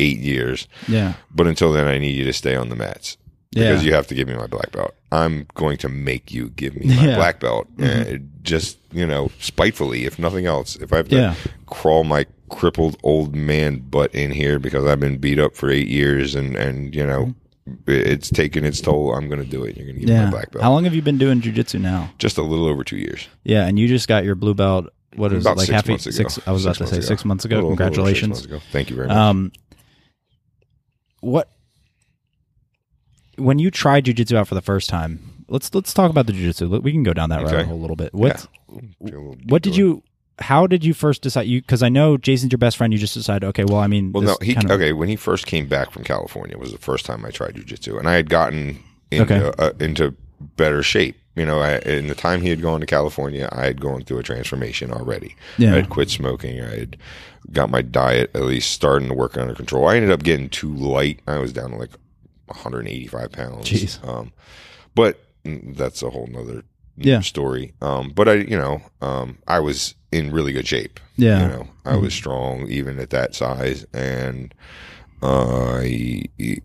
Speaker 2: 8 years,
Speaker 1: yeah.
Speaker 2: but until then I need you to stay on the mats
Speaker 1: Yeah.
Speaker 2: because you have to give me my black belt. I'm going to make you give me my
Speaker 1: Yeah. Mm-hmm.
Speaker 2: black belt, Uh, just you know, spitefully, if nothing else. If I have to
Speaker 1: Yeah.
Speaker 2: crawl my crippled old man butt in here because I've been beat up for eight years, and and you know, it's taken its toll. I'm going to do it. You're going to give me
Speaker 1: yeah.
Speaker 2: my black belt.
Speaker 1: How long have you been doing jujitsu now?
Speaker 2: just a little over two years.
Speaker 1: Yeah, and you just got your blue belt. What is it,
Speaker 2: About
Speaker 1: like
Speaker 2: six
Speaker 1: half a-
Speaker 2: months ago.
Speaker 1: six? I was
Speaker 2: Six
Speaker 1: about to say
Speaker 2: months
Speaker 1: six months
Speaker 2: A
Speaker 1: ago.
Speaker 2: little- a little over six
Speaker 1: Congratulations.
Speaker 2: months ago. Thank you very much.
Speaker 1: Um, what when you tried jujitsu out for the first time? Let's let's talk about the jujitsu. We can go down that
Speaker 2: Okay.
Speaker 1: rabbit hole a little bit. What
Speaker 2: Feel a little
Speaker 1: what did
Speaker 2: detour.
Speaker 1: you? How did you first decide? You because I know Jason's your best friend. You just decided. Okay, well, I mean,
Speaker 2: Well,
Speaker 1: this
Speaker 2: no, he
Speaker 1: kind of-
Speaker 2: okay. When he first came back from California, was the first time I tried jujitsu, and I had gotten into
Speaker 1: Okay.
Speaker 2: uh, into better shape. You know, I, in the time he had gone to California, I had gone through a transformation already.
Speaker 1: Yeah.
Speaker 2: I had quit smoking. I had got my diet at least starting to work under control. I ended up getting too light. I was down to like 185 pounds.
Speaker 1: Jeez.
Speaker 2: Um, but mm, that's a whole nother
Speaker 1: Yeah.
Speaker 2: story. Um, but I, you know, um, I was in really good shape.
Speaker 1: Yeah. Mm-hmm.
Speaker 2: You know, I was strong even at that size, and uh, I, you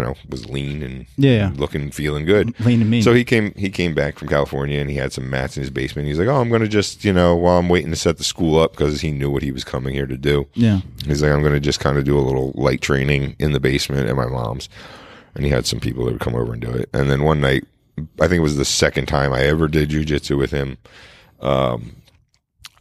Speaker 2: know, was lean and
Speaker 1: Yeah,
Speaker 2: looking, feeling good.
Speaker 1: yeah. lean to me.
Speaker 2: So he came he came back from California and he had some mats in his basement. He's like, "Oh, I'm going to just, you know, while I'm waiting to set the school up because he knew what he was coming here to do.
Speaker 1: yeah,
Speaker 2: He's like, "I'm going to just kind of do a little light training in the basement at my mom's." And he had some people that would come over and do it. And then one night, I think it was the second time I ever did jujitsu with him. Um,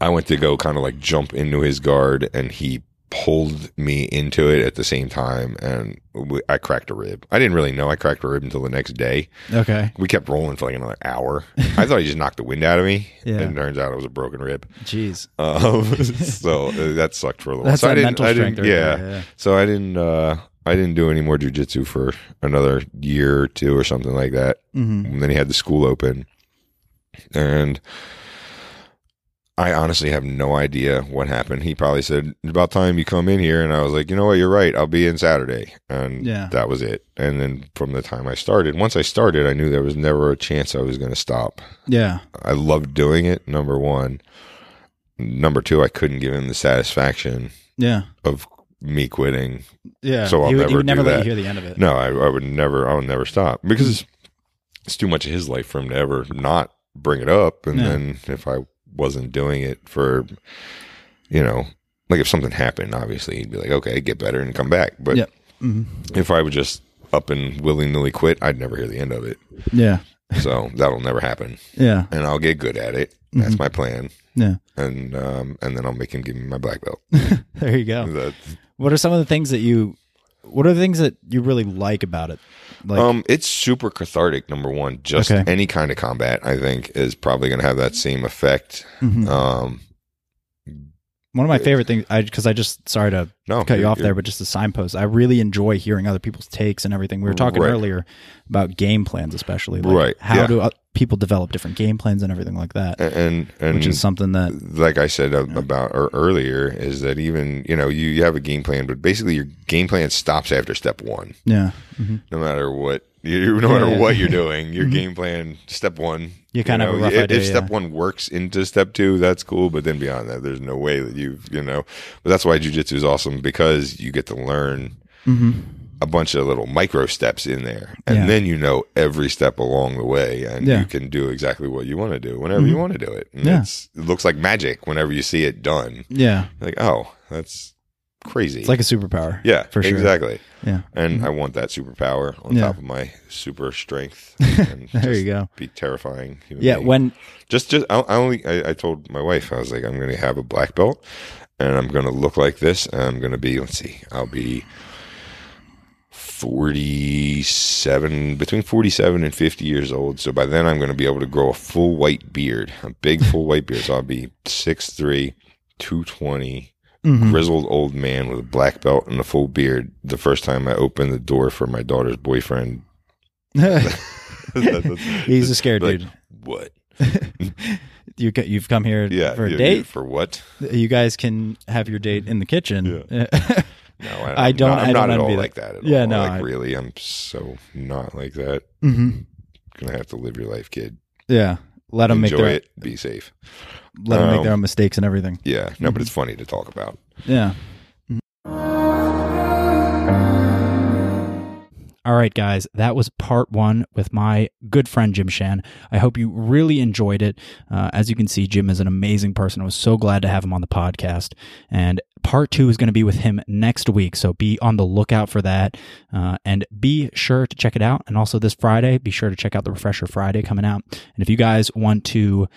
Speaker 2: I went to go kind of like jump into his guard, and he pulled me into it at the same time, and w- I cracked a rib. I didn't really know I cracked a rib until the next day
Speaker 1: okay,
Speaker 2: we kept rolling for like another hour. I thought he just knocked the wind out of me.
Speaker 1: Yeah.
Speaker 2: And it turns out it was a broken rib.
Speaker 1: jeez,
Speaker 2: Um, so uh, that sucked for a little
Speaker 1: that's
Speaker 2: so
Speaker 1: that mental
Speaker 2: I
Speaker 1: strength.
Speaker 2: didn't,
Speaker 1: right
Speaker 2: yeah.
Speaker 1: there, yeah,
Speaker 2: So I didn't, uh, I didn't do any more jujitsu for another year or two or something like that.
Speaker 1: hmm
Speaker 2: And then he had the school open. And I honestly have no idea what happened. He probably said, About time you come in here. And I was like, You know what? You're right. I'll be in Saturday. And
Speaker 1: Yeah.
Speaker 2: that was it. And then from the time I started, once I started, I knew there was never a chance I was going to stop.
Speaker 1: yeah,
Speaker 2: I loved doing it, number one. Number two, I couldn't give him the satisfaction
Speaker 1: yeah,
Speaker 2: of me quitting.
Speaker 1: yeah.
Speaker 2: So I'll
Speaker 1: he, would- he
Speaker 2: never
Speaker 1: would never
Speaker 2: do
Speaker 1: let
Speaker 2: that.
Speaker 1: you hear the end of it.
Speaker 2: No, I, I would never, I would never stop because it's, it's too much of his life for him to ever not bring it up. And
Speaker 1: Yeah.
Speaker 2: then if I wasn't doing it for, you know, like if something happened, obviously he'd be like, okay, get better and come back. But
Speaker 1: Yep. Mhm.
Speaker 2: if I would just up and willy nilly quit, I'd never hear the end of it.
Speaker 1: Yeah,
Speaker 2: So that'll never happen.
Speaker 1: yeah,
Speaker 2: And I'll get good at it. That's
Speaker 1: Mm-hmm.
Speaker 2: my plan.
Speaker 1: yeah.
Speaker 2: And um, and then I'll make him give me my black belt.
Speaker 1: There you go.
Speaker 2: That-
Speaker 1: What are some of the things that you? What are the things that you really like about it? Like,
Speaker 2: um, it's super cathartic. Number one, just
Speaker 1: Okay.
Speaker 2: any kind of combat, I think, is probably going to have that same effect.
Speaker 1: mhm.
Speaker 2: Um,
Speaker 1: one of my favorite things, I because I just sorry to
Speaker 2: no,
Speaker 1: cut you
Speaker 2: you're-
Speaker 1: off there,
Speaker 2: you're-
Speaker 1: but just a signpost. I really enjoy hearing other people's takes and everything. We were talking
Speaker 2: Right.
Speaker 1: earlier about game plans, especially like
Speaker 2: Right,
Speaker 1: How
Speaker 2: yeah.
Speaker 1: do uh, people develop different game plans and everything like that?
Speaker 2: and and
Speaker 1: which is something that
Speaker 2: like I said ab- about or earlier, is that even you know you, you have a game plan, but basically your game plan stops after step one.
Speaker 1: yeah, mhm.
Speaker 2: No matter what, you, no matter
Speaker 1: yeah. Mm-hmm.
Speaker 2: what you're doing, your game plan step one.
Speaker 1: You kind of have a rough
Speaker 2: if,
Speaker 1: idea,
Speaker 2: if step
Speaker 1: yeah.
Speaker 2: one works into step two, that's cool. But then beyond that, there's no
Speaker 1: Mm-hmm.
Speaker 2: way that you you know. But that's why jujitsu is awesome because you get to learn a bunch of little micro steps in there, and
Speaker 1: Yeah.
Speaker 2: then you know every step along the way, and
Speaker 1: Yeah. Mm-hmm.
Speaker 2: you can do exactly what you want to do whenever you want to do it. And
Speaker 1: Yeah.
Speaker 2: it's, it looks like magic whenever you see it done.
Speaker 1: Yeah.
Speaker 2: You're like, oh, that's crazy.
Speaker 1: It's like a superpower.
Speaker 2: yeah,
Speaker 1: for sure.
Speaker 2: exactly.
Speaker 1: Yeah.
Speaker 2: And I want that superpower on
Speaker 1: Mm-hmm. Yeah.
Speaker 2: top of my super strength. And
Speaker 1: There
Speaker 2: just
Speaker 1: you go.
Speaker 2: Be terrifying. human
Speaker 1: Yeah.
Speaker 2: being.
Speaker 1: When,
Speaker 2: just just I, I only I, I told my wife I was like I'm going to have a black belt, and I'm going to look like this. And I'm going to be let's see, I'll be forty seven between forty seven and fifty years old. So by then I'm going to be able to grow a full white beard, a big full white beard. So I'll be six three, two twenty.
Speaker 1: Mhm.
Speaker 2: Grizzled old man with a black belt and a full beard. The first time I opened the door for my daughter's boyfriend,
Speaker 1: he's a scared
Speaker 2: Like,
Speaker 1: dude.
Speaker 2: What?
Speaker 1: You, ca- you've come here
Speaker 2: Yeah,
Speaker 1: for a
Speaker 2: yeah,
Speaker 1: date.
Speaker 2: for what?
Speaker 1: You guys can have your date in the kitchen.
Speaker 2: No,
Speaker 1: I
Speaker 2: I'm
Speaker 1: don't-
Speaker 2: Not, I'm
Speaker 1: I
Speaker 2: not
Speaker 1: don't
Speaker 2: at
Speaker 1: envy
Speaker 2: all
Speaker 1: that.
Speaker 2: like that. At
Speaker 1: Yeah,
Speaker 2: all.
Speaker 1: no,
Speaker 2: Like,
Speaker 1: I-
Speaker 2: really, I'm so not like that.
Speaker 1: hmm
Speaker 2: Gonna have to live your life, kid.
Speaker 1: Yeah. Let them make
Speaker 2: Enjoy
Speaker 1: their
Speaker 2: it. Be safe.
Speaker 1: let them make their
Speaker 2: Um,
Speaker 1: own mistakes and everything.
Speaker 2: Yeah. No,
Speaker 1: Mm-hmm.
Speaker 2: but it's funny to talk about.
Speaker 1: Yeah. Mm-hmm. All right, guys, that was part one with my good friend Jim Shan. I hope you really enjoyed it. Uh, as you can see, Jim is an amazing person. I was so glad to have him on the podcast. And part two is going to be with him next week. So be on the lookout for that. Uh, and be sure to check it out. And also this Friday, be sure to check out the Refresher Friday coming out. And if you guys want to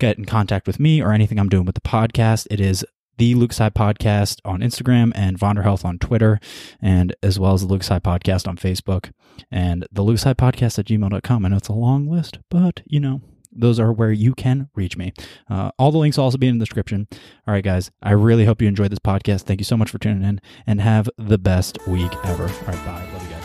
Speaker 1: get in contact with me or anything I'm doing with the podcast, it is the Luke Side Podcast on Instagram and Vonder Health on Twitter, and as well as the Luke Side Podcast on Facebook and the Luke Side Podcast at gmail.com. I know it's a long list, but you know, those are where you can reach me. Uh, all the links will also be in the description. All right, guys, I really hope you enjoyed this podcast. Thank you so much for tuning in and have the best week ever. All right, bye. Love you guys.